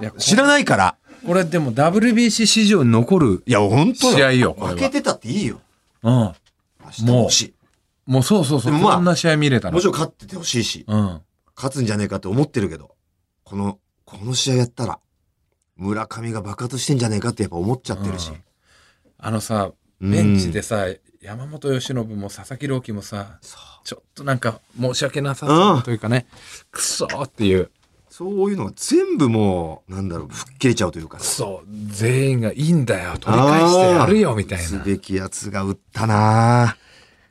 B: いやこ
A: 知らないから。
B: これでも WBC 史上に残る。
A: いや、ほんと
B: 試合よこれは
A: 負けてたっていいよ。
B: うん。
A: 明日も欲しい。
B: もうそうそうそう。
A: でもまあ
B: こんな試合見れたの
A: もちろん勝っててほしいし。
B: うん。
A: 勝つんじゃねえかって思ってるけど、この、この試合やったら、村上が爆発してんじゃねえかってやっぱ思っちゃってるし
B: うん。あのさ、
A: うん
B: ベンチでさ、山本由伸も佐々木朗希もさ、
A: そう
B: ちょっとなんか申し訳なさそううんというかね、くそーっていう、
A: そういうのが全部もう、なんだろう、吹っ切れちゃうというか
B: くそー、全員がいいんだよ、取り返してやるよ、みたい
A: す
B: な。
A: べきやつが打ったな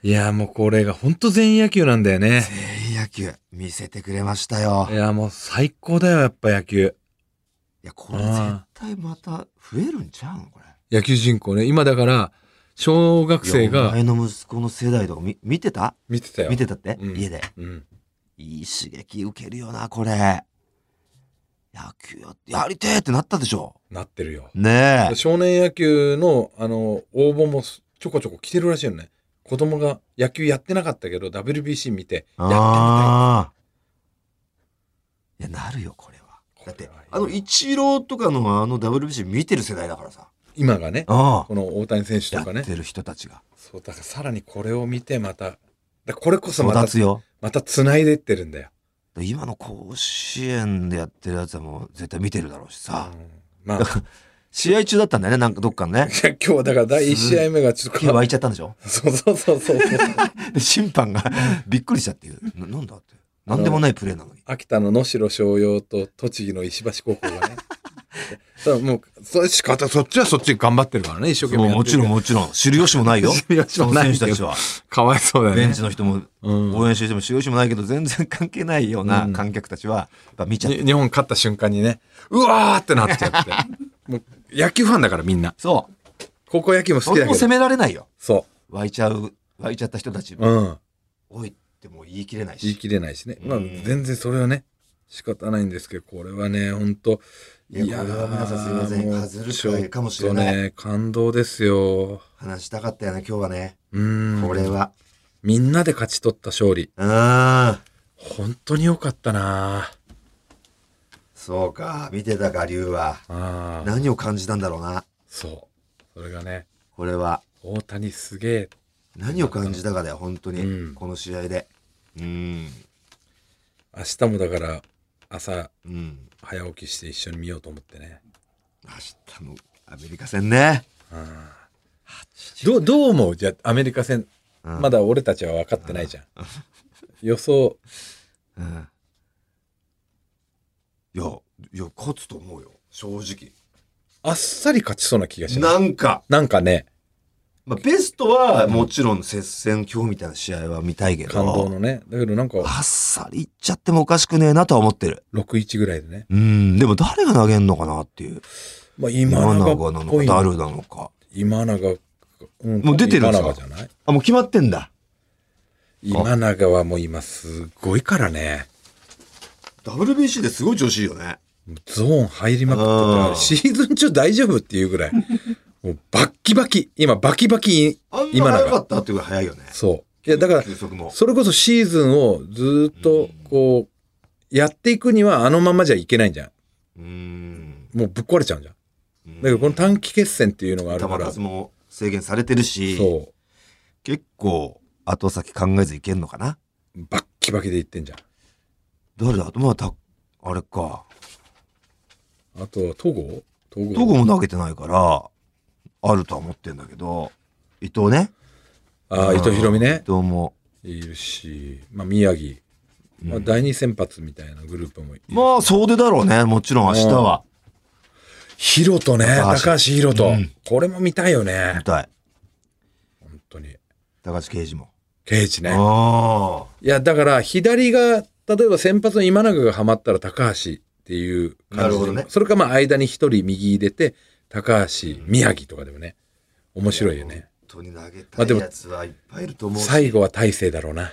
A: ぁ
B: いや、もうこれが本当全員野球なんだよね。
A: 全員野球、見せてくれましたよ
B: い。や、もう最高だよ、やっぱ野球。
A: いや、これ絶対また増えるんちゃうんこれ。
B: 野球人口ね。今だから、小学生
A: いやお
B: が
A: 前の息子の世代とか見見てた
B: 見てたよ。
A: 見てたって、
B: うん
A: 家で。
B: うん。
A: いい刺激受けるよな、これ。野球やって、やりてーってなったでしょ。
B: なってるよ。
A: ねえ。
B: 少年野球のあの応募もすちょこちょこ来てるらしいよね子供が野球やってなかったけど WBC 見てやってみたい
A: ああ。いや、なるよ、これは。だって、あの、イチローとかのあの WBC 見てる世代だからさ。
B: 今がね
A: あ
B: この大谷選手
A: や
B: とかね
A: ってる人たちが。
B: そうだからさらにこれを見てまただこれこそま
A: 育
B: た
A: つよ。
B: また繋いでってるんだよ、
A: 今の甲子園でやってるやつはもう絶対見てるだろうしさ。
B: うんまあ い
A: 試合中だったんだよね、なんかどっかの ね。
B: や今日はだから第1試合目がちょっと
A: 手湧いちゃったんでしょ
B: そうそうそうそう
A: で審判がびっくりしたっていう。ななんだって。なんでもないプレーなのに。
B: 秋田の能代松陽と栃木の石橋高校がねただもう、それ仕方、そっちはそっちで頑張ってるからね、一生懸
A: も
B: 命
A: う
B: や
A: も
B: って
A: ち
B: る
A: ろんもちろん知る由もないよ
B: 知る由
A: そ
B: も
A: の
B: ない
A: 選
B: けど
A: 手たちは
B: かわいそうだよね。
A: ベンチの人も
B: うん
A: 応援してる人も知る由もないけど全然関係ないよう
B: う
A: なん観客たちはやっぱ見ちゃって
B: に日本勝った瞬間にね、うわーってなっちゃ って。もう野球ファンだからみんな。
A: そう
B: 高校野球も好
A: そ
B: きだ
A: れも
B: けど
A: 責。められないよ
B: そ
A: 湧いちゃう湧いちゃった人たち
B: う。うん。
A: 多いってもう言い切れない
B: 言い
A: し
B: 切れないしね。まあ
A: うん
B: 全然それはね、仕方ないんですけど、これはね、ほんと。
A: いやこれは皆さんすいません
B: もう
A: 外る回かもしれない
B: ちょっとね、感動ですよ。
A: 話したかったよね今日はね
B: うん。
A: これは
B: みんなで勝ち取った勝利。
A: うん
B: 本当に良かったな
A: そうか見てたか龍は
B: ああ。
A: 何を感じたんだろうな
B: そう。それがね、
A: これは
B: 大谷すげえ。
A: 何を感じたかだよ本当に、
B: うん
A: この試合でうん
B: 明日もだから、朝
A: うん
B: 早起きして一緒に見ようと思ってね。
A: 明日のアメリカ戦ね、
B: あーどうどう思うじゃあアメリカ戦、
A: うん
B: まだ俺たちは分かってないじゃん。予想、
A: うんいやいや勝つと思うよ正
B: あっさり勝ちそうな気がし
A: 直
B: ない。
A: なんか、
B: なんかね、
A: まあ、ベストはもちろん接戦今日みたいな試合は見たいけ
B: 感動
A: ど
B: のね。だけどなんか、
A: あっさりいっちゃってもおかしくねえなとは思ってる
B: 6-1ぐらいでね。
A: うんでも誰が投げんのかなっていう
B: まあ、
A: 今
B: 今
A: 永
B: 永
A: な
B: っ
A: の
B: ぽ
A: か
B: い
A: 誰な
B: な。
A: のか
B: 今永、うん
A: もう出てるんですか
B: 今永じゃない
A: あもう決まってんだ
B: 今永はもう今すごいからね。
A: WBC ですごい調子いいよね
B: ゾーン入りまくってたか
A: うん
B: ら、シーズン中大丈夫っていうぐ らい。もうバッキバキ。今バキバキ。
A: あんな
B: 今
A: 早か
B: 永。
A: ったっていうぐらい早いよね
B: そう。いや、だから、
A: 球速も
B: それこそシーズンをずっとこう、やっていくにはあのままじゃいけないじゃん。
A: うーん
B: もうぶっ壊れちゃうんじゃん。
A: だ
B: だけどこの短期決戦っていうのがあるか
A: 球
B: ら。
A: 数
B: そ
A: も制限されてるし
B: う。
A: 結構後先考えずいけんのかな
B: バッキバキでいってんじゃん。
A: 誰だまあたあれか
B: あとは、東郷東郷
A: どこも投げてないからあるとは思ってんだけど伊藤ね
B: ああ、伊藤博美
A: 伊
B: ね。
A: 藤も
B: いるし、まあ宮城。まあ第二先発みたいなグループもいる。
A: まあ総出だろうねもちろん明日は
B: ヒロトね、
A: 高橋
B: 高橋ヒロト
A: うん。
B: これも見たいよね
A: 見。たい
B: 本当に。
A: 高橋奎二も
B: ケイチね。
A: ああ
B: いや、だから左が、例えば先発の今永がハマったら高橋っていう
A: な
B: 感
A: る
B: じ
A: ほ
B: で、
A: どね
B: それかまあ間に一人右入れて、高橋、宮城とかでもね、面白いよね。
A: 本当に投げ
B: まあ
A: た
B: で
A: い
B: も
A: やつはいっぱいいると思うし
B: 最後は大勢だろうな。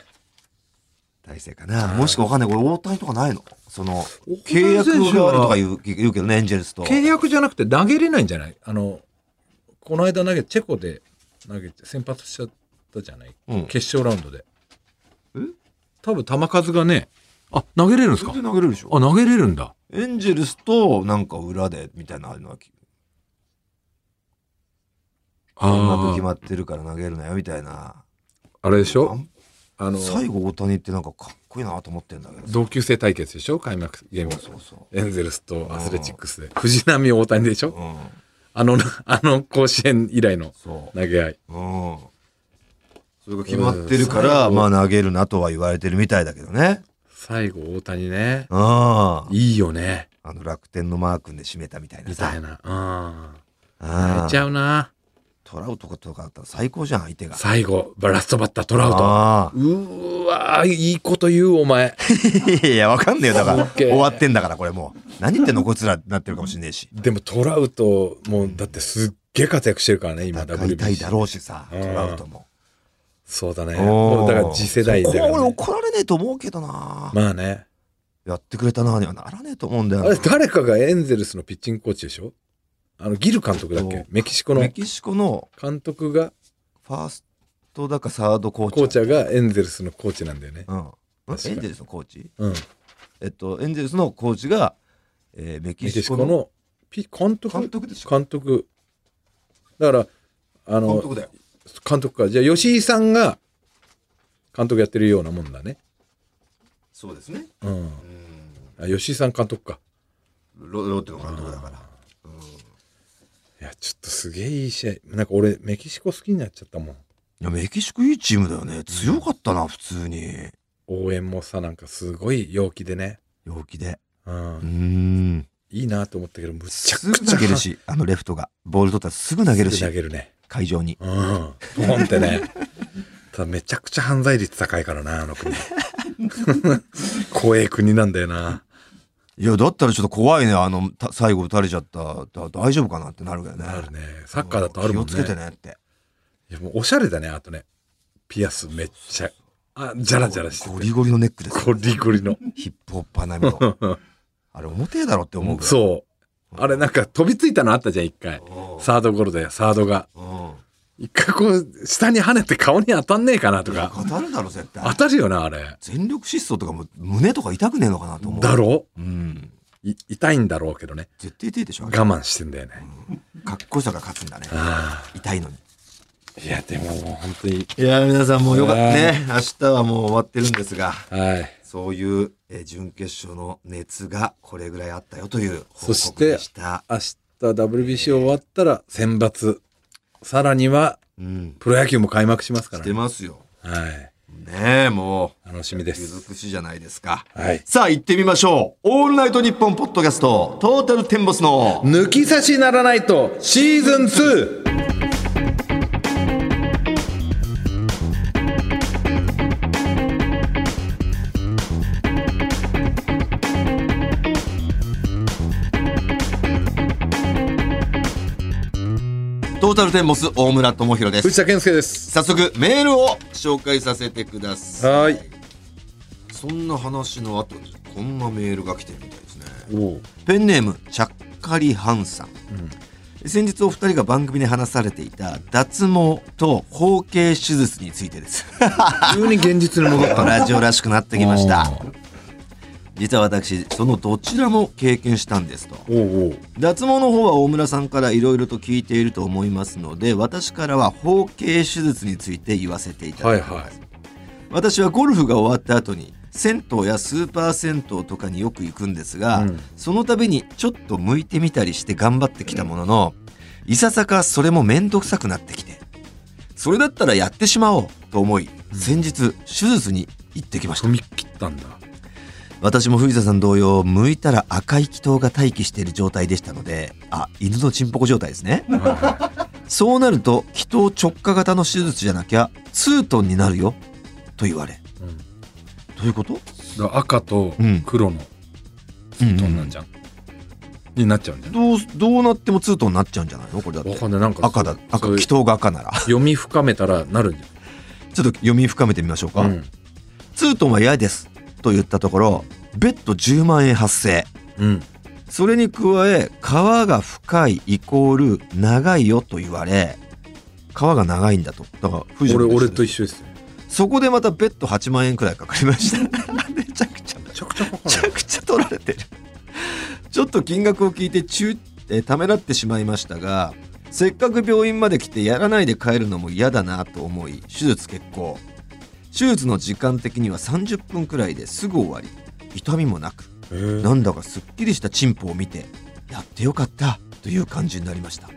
A: 大勢かなもしくはわかんないこれ大谷とかないのその
B: 谷選
A: 契
B: 手は
A: 約があるとか言う言うけどねエンジェルスと
B: 契約じゃなくて投げれないんじゃないあの、この間投げ、チェコで投げて先発しちゃったじゃない、
A: うん
B: 決勝ラウンドで。
A: え
B: 多分球数がね、あ、投げれるんですか
A: 全然投げれるでしょ
B: あ、投げれるんだ。
A: エンジェルスとなんか裏でみたいなのあるのは聞くうまく
B: あ
A: 決
B: あ、
A: まってるから投げるなよみたいな
B: あれでし
A: あ
B: ょ
A: ん
B: あの、
A: 最後大谷ってなんかかっこいいなと思ってんだけど
B: 同級生対決でしょ開幕ゲーム
A: そうそう
B: エンゼルスとアスレチックスで藤浪大谷でし
A: そ
B: ょ
A: ううん
B: あのなあの甲子園以来の
A: そう
B: 投げ合い
A: うんそれが決まってるから
B: うん
A: まあ投げるなとは言われてるみたいだけどね
B: 最後大谷ね
A: ああ
B: いいよね
A: あの楽天のマー君で締めたみたいな
B: みた
A: さ
B: いなうん
A: あ
B: 泣
A: あ
B: いちゃうな
A: トラウトとかだったら最高じゃん相手が
B: 最後ラストバッタートラウト
A: あ
B: うーわーいいこと言うお前
A: あ いやいやわかんねえよ だから
B: すっげえ
A: 終わってんだからこれもう何言ってんのこいつらなってるかもしんねえし
B: でもトラウトもうだってすっげえ活躍してるからね今
A: 戦いたいだ
B: WBC
A: ろうしさト
B: うん
A: ラウトも
B: そうだね
A: お
B: も
A: ー
B: うだから次世代だ
A: こ
B: か
A: れ
B: らね
A: 怒られねえと思うけどな
B: まあね
A: やってくれたなにはならねえと思うんだよ
B: あ
A: な
B: れ誰かがエンゼルスのピッチングコーチでしょあのギル監督だっ
A: そう
B: けメキシコの
A: メキシコの
B: 監督が
A: ファーストだかサードコーチ
B: コーチャーがエンゼルスのコーチなんだよね。
A: うんんエン
B: 確か
A: ジ
B: に
A: ェルスのコーチ
B: うん、
A: えっとエンジェルスのコーチが、えーメキ
B: メキ
A: シ
B: シ
A: コ
B: コ
A: の
B: のピ監督
A: 監督でしょ
B: 監督だからあ
A: 監
B: の
A: 督だよ
B: 監督かじゃあ吉井さんが監督やってるようなもんだね。
A: そうですね
B: うん、
A: うん
B: あ吉井さん監督か。
A: ロロッテの監督だから
B: いやちょっとすげえいい試合なんか俺メキシコ好きになっちゃったも
A: い
B: ん。
A: やメキシコいいチームだよね強かったな普通に
B: 応援もさなんかすごい陽気でね。
A: 陽気で
B: うん
A: うーん
B: いいなと思ったけどむちゃ
A: す
B: く
A: ぐ
B: ち
A: 投
B: ゃ
A: げるし、あのレフトが。ボール取ったらすぐ投げるし
B: すぐ、投げるね
A: 会場に。
B: うんポンってねただめちゃくちゃ犯罪率高いからなあ の国怖え国なんだよない
A: や、だったらちょっと怖いね。あの、た最後打たれちゃった。だ大丈夫かなってなるけどね。
B: あるねサッカーだとあるもんね
A: 気をつけてねって。
B: いやもうおしゃれだねあとねピアスめっちゃあじゃらじゃらしてて
A: ゴリゴリのネックです。
B: ゴリゴリの
A: ヒップホッパー並み の。あれ、表だろって思うぐらい。
B: そうあれなんか飛びついたのあったじゃん一回
C: う
B: サードゴロでサードが
C: ん。
B: 一回こう下に跳ねて顔に当たんねえかなとか
A: 当たるだろ、絶
B: 当
A: 対。
B: たるよなあれ
A: 全力疾走とかも胸とか痛くねえのかなと思う。
B: だろ
A: うん。
B: い痛いんだろうけどね
A: 絶対痛いでしょ。あれ
B: 我慢してんだよね
A: かっこよさが勝つんだね。
B: あ
A: 痛いのに。
B: あいやでももう本当に
A: いや、皆さんもうよかった
B: ね
A: ね。明日はもう終わってるんですが。
B: はい
A: そういう、えー準決勝の熱がこれぐらいあったよという報
B: そし
A: 告
B: て
A: でした。
B: 明日 WBC 終わったら選抜さらには
A: うん。
B: プロ野球も開幕しますか
A: し
B: ら
A: て
B: ね
A: ますよ。
B: はい
A: ねえ、も
B: 楽しみで
A: う、ゆ
B: す
A: ずくしじゃないですか。
B: はい
A: さあ、行ってみましょう。オールナイトニッポンポッドキャスト、トータルテンボスの、
B: 抜き差しならないとシーズン 2!
A: トータルテンボス大村智弘です。
B: 藤田健介です
A: 早速、メールを紹介させてください。
B: はーい
A: そんな話の後に、こんなメールが来てるみたいですね。
B: おう
A: ペンネームちゃっかりはんさん、先日お二人が番組で話されていた脱毛と包茎手術についてです
B: 急に現実に戻ったね
A: ラジオらしくなってきまし
B: お
A: た実は私そのどちらも経験したんですと
B: おうおう
A: 脱毛の方は大村さんからいろいろと聞いていると思いますので私からは包茎手術について言わせていただきます、
B: はいはい
A: 私はゴルフが終わった後に銭湯やスーパー銭湯とかによく行くんですが、
B: うん
A: その度にちょっと向いてみたりして頑張ってきたもののいささかそれも面倒くさくなってきてそれだったらやってしまおうと思い先日手術に行ってきました
B: 踏み切ったんだ
A: 私も藤田さん同様剥いたら赤い気筒が待機している状態でしたのであ犬のチンポコ状態ですねそうなると気筒直下型の手術じゃなきゃツートンになるよと言われ
B: うんだ
A: どういうこと
B: から赤と黒の
A: う
B: トンなんじゃん、になっちゃうんじゃん
A: どうどうなってもツートンになっちゃうんじゃないのこれだっ
B: わ
A: て
B: かんないなんか
A: 赤だ
B: そう
A: 赤
B: そういう
A: 気筒が赤なら
B: 読み深めたらなるんじ
A: ちょっと読み深めてみましょう
B: ゃ
A: か、
B: ん
A: ツートンは嫌ですと言ったところ別途10万円発生
B: うん
A: それに加え皮が深いイコール長いよと言われ皮が長いんだとだから
B: うん、
A: 藤
B: 俺
A: 野
B: 俺と
A: 一緒
B: 一緒ですね
A: そこでまた別途8万円くらいかかりました めちゃくちゃめ
B: めちゃくちゃかか
A: ちゃくちゃ取られてるちょっと金額を聞いて中えーためらってしまいましたがせっかく病院まで来てやらないで帰るのも嫌だなと思い手術決行手術の時間的には30分くらいですぐ終わり痛みもなく
B: え
A: なんだかすっきりしたチンポを見てやってよかったという感じになりました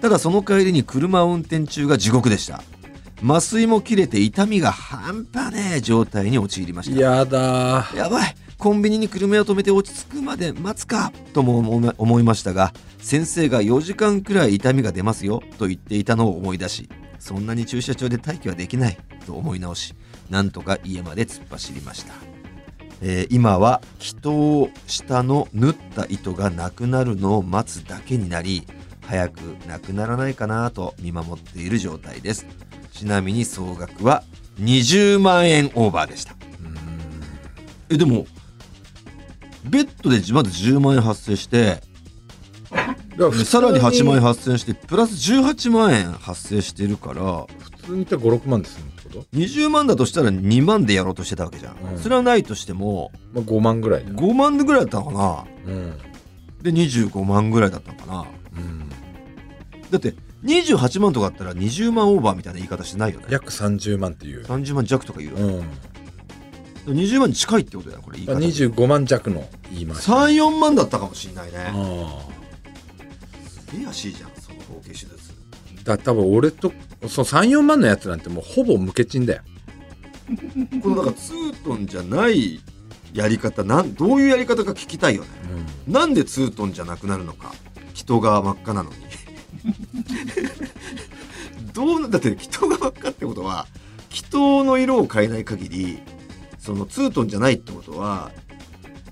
A: ただその帰りに車を運転中が地獄でした麻酔も切れて痛みが半端ねえ状態に陥りました
B: やだー
A: やばいコンビニに車を止めて落ち着くまで待つかとも思い思いましたが先生が4時間くらい痛みが出ますよと言っていたのを思い出しそんなに駐車場で待機はできないと思い直しなんとか家まで突っ走りました、えー今は気筒下の縫った糸がなくなるのを待つだけになり早くなくならないかなと見守っている状態ですちなみに総額は20万円オーバーでしたえでもベッドでまず10万円発生して
B: だから普通
A: さらに8万円
B: に
A: 発生してプラス18万円発生してるから
B: 普通に言ったら56万でするってこと、
A: 20万だとしたら2万でやろうとしてたわけじゃん、
B: うん
A: それはないとしても
B: まあ、5万ぐらいじゃん
A: 5万ぐらいだったのか
B: うん
A: なで25万ぐらいだったのかな
B: うん
A: だって28万とかだったら20万オーバーみたいな言い方してないよね
B: 約30万っていう、
A: 30万弱とか言うよ
B: う
A: ね、
B: ん、
A: 20万近いってことだよこれ言い
B: まあ
A: 方
B: 25万弱の言いました
A: 34万だったかもしんないね
B: あ
A: すげえ安いじゃんその包茎手術
B: ーだ多分俺とそう34万のやつなんてもうほぼ無けチンだよ
A: このなんかツートンじゃないやり方なんどういうやり方か聞きたいよね
B: うん
A: なんでツートンじゃなくなるのか人が真っ赤なのに どうなだって人が真っ赤ってことは人の色を変えない限りそのツートンじゃないってことは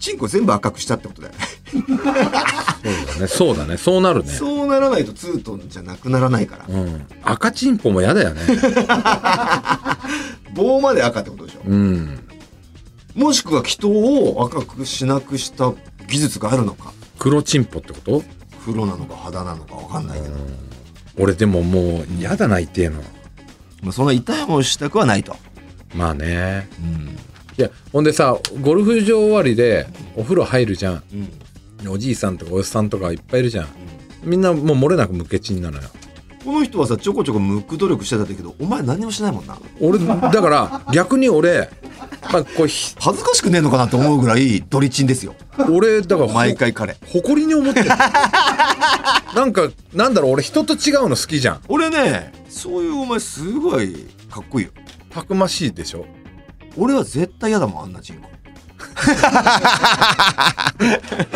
A: チンコ全部赤くしたってことだよね
B: そうだねそうだねそうなるね
A: そうならないとツートンじゃなくならないから
B: うん、赤チンポも嫌だよね
A: 棒まで赤ってことでしょ
B: うん
A: もしくは人を赤くしなくした技術があるのか
B: 黒チンポってこと、
A: 黒なのか肌なのか分かんないけど、
B: 俺でももう嫌だな痛えの
A: まあ、そんな痛い思いしたくはないと、
B: まあね
A: うん
B: いやほんでさゴルフ場終わりでお風呂入るじゃんおじいさんとかおじさんとかいっぱいいるじゃんみんなもう漏れなく無血になるのよ
A: この人はさちょこちょこムック努力してたんだけどお前何もしないもんな
B: 俺だから逆に俺、まあ、こうひ
A: 恥ずかしくねえのかなと思うぐらいドリチンですよ
B: 俺だからほ
A: 毎回彼
B: 誇りに思ってるなんかなんだろう俺人と違うの好きじゃん
A: 俺ねそういうお前すごいかっこいいよ
B: たくましいでしょ
A: 俺は絶対嫌だもんあんな チンコ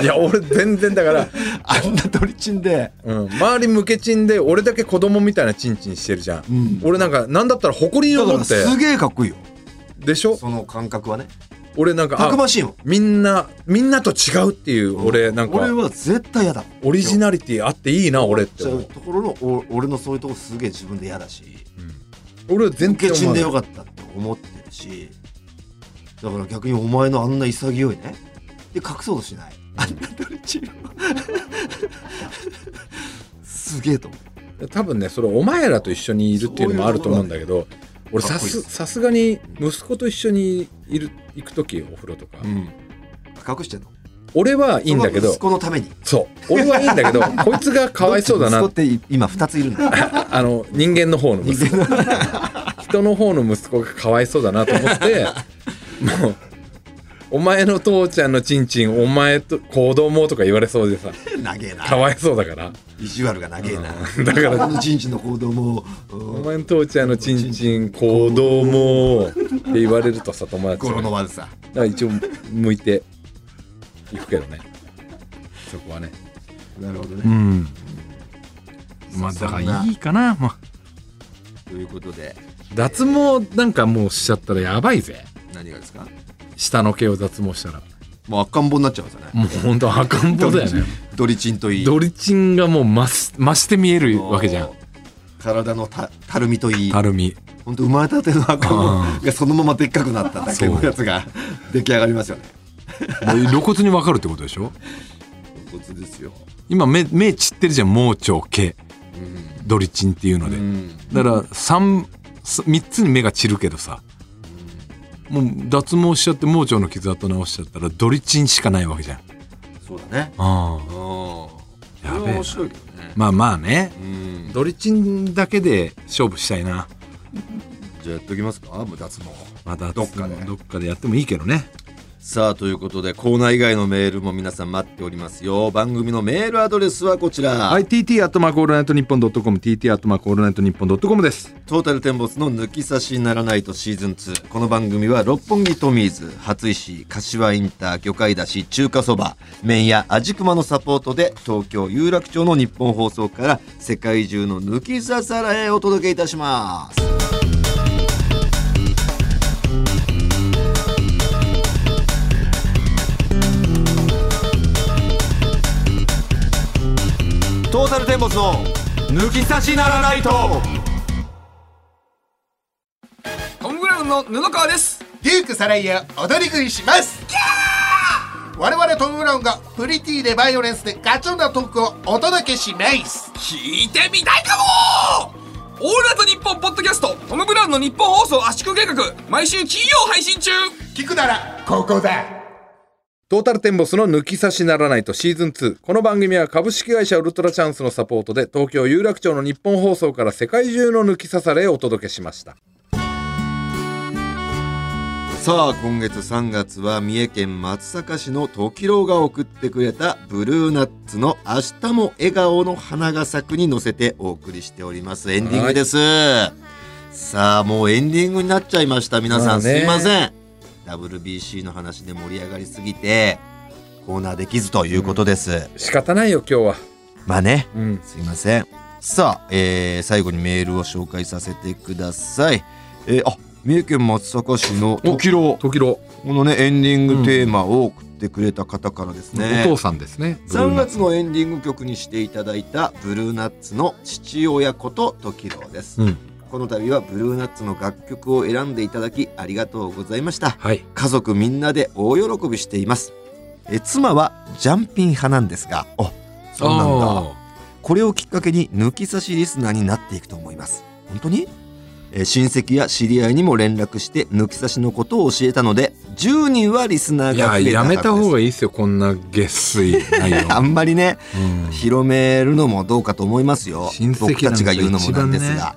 B: いや俺全然だから
A: あんなドリチンで
B: うん、周り無けチンで俺だけ子供みたいなチンチンしてるじゃん、
A: うん
B: 俺なんかなんだったら誇りに
A: だか
B: 思
A: ら
B: って
A: すげえかっこいいよ
B: でしょ
A: その感覚はね
B: 俺なんか
A: たく
B: あ
A: ましいもん
B: みんなみんなと違うっていう俺なん
A: 俺
B: か
A: は絶対嫌だ
B: オリジナリティあっていいな俺っ
A: ち
B: て
A: ゃ
B: 思
A: う
B: う、
A: ところのお俺のそういうとこすげえ自分で嫌だし
B: うん、俺は全
A: 全
B: 然
A: 然死ん
B: 思わな
A: で
B: い
A: よかったって思ってるしだから逆にお前のあんな潔いねで隠そうとしないあんなドリチン はすげえと思う
B: 多分ねそれお前らと一緒にいるっていうのもあると思うんだけど俺さ
A: かっこいい
B: す
A: っす
B: さすがに息子と一緒にいる行く時お風呂とか、
A: 隠してんの
B: 俺はいいんだけ
A: その
B: ど
A: 息子のために
B: そう俺はいいんだけ どこいつがかわいそうだな
A: 息子って今2ついるん だ
B: あの人間の方の息子
A: 人間の
B: 人の方の息子がかわいそうだなと思って もうお前の父ちゃんのチンチンお前と子供とか言われそうでさ
A: 長え
B: か
A: な
B: わいそうだから
A: 意地悪が長えな
B: だから
A: あのチンチンの行動も
B: お
A: うん
B: 前の父ちゃんのチンチン子供って言われるとさ友達
A: 心
B: にだ
A: の
B: か
A: 悪さ
B: ら一応向いていくけどねそこはね
A: なるほどね
B: うん
A: まあだからい
B: いかなも
A: ということで
B: う脱毛なんかもうしちゃったらやばいぜ
A: 何がですか
B: 下の毛を脱毛したら
A: もう赤ん坊になっちゃうんですよね
B: もうほんと赤ん坊だよね
A: ドリチンといい
B: ドリチンがもう増す増して見えるわけじゃん
A: 体のたたるみといい
B: たるみ
A: 本当生まれたての赤子がそのままでっかくなっただけのやつが出来上がりますよね
B: もう露骨にわかるってことでしょ
A: 露骨ですよ、
B: 今目目散ってるじゃん盲腸毛ドリチンっていうので、だから三三つに目が散るけどさもう脱毛しちゃって盲腸の傷跡直しちゃったらドリチンしかないわけじゃん
A: そうだね
B: あ
A: うん
B: あ
A: それは面白いけどね、
B: まあまあね
A: うん
B: ドリチンだけで勝負したいな
A: じゃあやっときますかもう脱毛
B: また
A: どっかで
B: どっかでやってもいいけどね
A: さあということでコーナー以外のメールも皆さん待っておりますよ番組のメールアドレスはこちら、
B: はい、TT アットマークオールナイトニッポンドットコム、TT アットマークオールナイトニッポンドットコムです。
A: トータルテンボスの抜き差しならないとシーズン2。この番組は六本木トミーズ、初石、柏インター、魚介だし、中華そば、麺屋、味熊のサポートで東京有楽町の日本放送から世界中の抜き差さらへお届けいたします。トータルテンボスの抜き差しならないと
D: トム・ブラウンの布川です
E: デュークサライヤ踊り食いします我々トム・ブラウンがプリティでバイオレンスでガチョンなトークをお届けします
D: 聞いてみたいかもオールナイトニッポンポッドキャストトム・ブラウンの日本放送圧縮計画毎週金曜配信中
E: 聞くならここだ
B: トータルテンボスの抜き差しならないとシーズン2。この番組は株式会社ウルトラチャンスのサポートで東京有楽町の日本放送から世界中の抜き差されをお届けしました。
A: さあ今月3月は三重県松阪市の時郎が送ってくれたブルーナッツの「明日も笑顔の花が咲く」に乗せてお送りしておりますエンディングですさあもうエンディングになっちゃいました皆さん、
B: まあね
A: すいません WBC の話で盛り上がりすぎてコーナーできずということです、
B: 仕方ないよ今日は
A: まあね
B: うん
A: すいませんさあ、えー最後にメールを紹介させてください、えーあ三重県松阪市の時郎
B: 時郎、
A: このねエンディングテーマを送ってくれた方からですね、
B: お父さんですね
A: 3月のエンディング曲にしていただいたブルーナッツの父親こと時郎です、
B: うん
A: この度はブルーナッツの楽曲を選んでいただきありがとうございました
B: はい
A: 家族みんなで大喜びしていますえ妻はジャンピン派なんですがあそうなんだこれをきっかけに抜き差しリスナーになっていくと思います本当にえー親戚や知り合いにも連絡して抜き差しのことを教えたので10人はリスナー
B: い
A: が増
B: や
A: えた
B: や
A: はずです
B: めた方がいいですよこんな下水 内
A: あ
B: 容、
A: んまりね
B: うん
A: 広めるのもどうかと思いますよ
B: 親戚なん
A: 僕
B: か
A: たちが言うのもなんです
B: 一
A: が、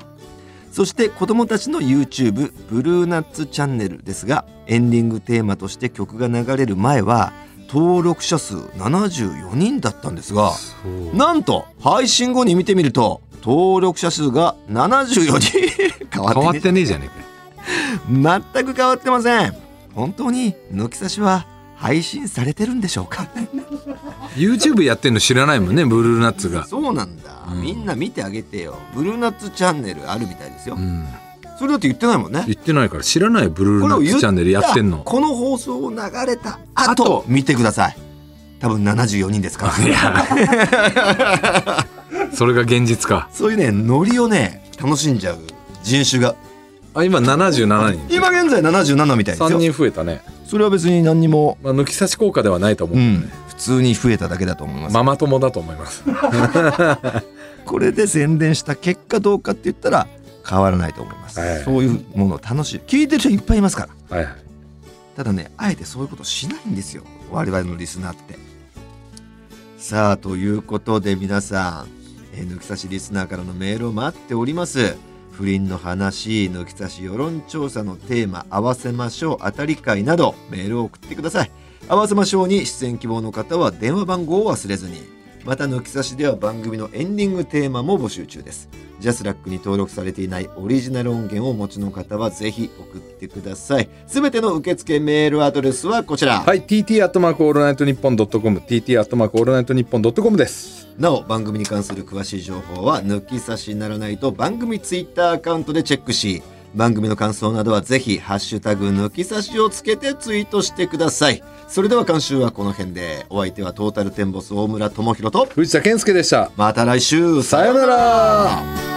A: そして子供たちの YouTube ブルーナッツチャンネルですがエンディングテーマとして曲が流れる前は登録者数74人だったんですが
B: そう
A: なんと配信後に見てみると登録者数が74人 変わって,、
B: 変
A: ね、
B: わってねえじゃねえかよ
A: 全く変わってません本当に抜き差しは配信されてるんでしょうか
B: YouTube やってんの知らないもんねブルーナッツが、
A: そうなんだ、
B: うん
A: みんな見てあげてよブルーナッツチャンネルあるみたいですよ、
B: うん、
A: それだって言ってないもんね
B: 言ってないから知らないブルーナ
A: を
B: ッ
A: 言
B: ツチャンネルやってんの
A: この放送を流れた後
B: あと
A: 見てください多分74人ですから
B: それが現実か
A: そういうねノリをね楽しんじゃう人種が
B: あ今77人
A: 今現在77みたいです
B: 3
A: よ
B: 人増えたね、
A: それは別に何にも、
B: まあ、抜き差し効果ではないと思う、
A: うん、普通に増えただけだと思います、
B: ママ友だと思います
A: これで宣伝した結果どうかって言ったら変わらないと思います、
B: はい
A: そういうものを楽しい聞いてる人いっぱいいますから
B: はいはい
A: ただねあえてそういうことしないんですよ我々のリスナーって。さあということで皆さん、えー抜き差しリスナーからのメールを待っております。不倫の話抜き差し世論調査のテーマ合わせましょう当たり会などメールを送ってください。合わせましょうに出演希望の方は電話番号を忘れずに。また抜き差しでは番組のエンディングテーマも募集中です。ジャスラックに登録されていないオリジナル音源をお持ちの方はぜひ送ってください。すべての受付メールアドレスはこちら。
B: はい TT アットマークオールナイトニッポンドットコム TT アットマークオールナイトニッポンドットコムです
A: なお番組に関する詳しい情報は抜き差しならないと番組ツイッターアカウントでチェックし番組の感想などはぜひハッシュタグ抜き差しをつけてツイートしてくださいそれでは今週はこの辺でお相手はトータルテンボス大村智広と
B: 藤田健介でした
A: また来週
B: さよなら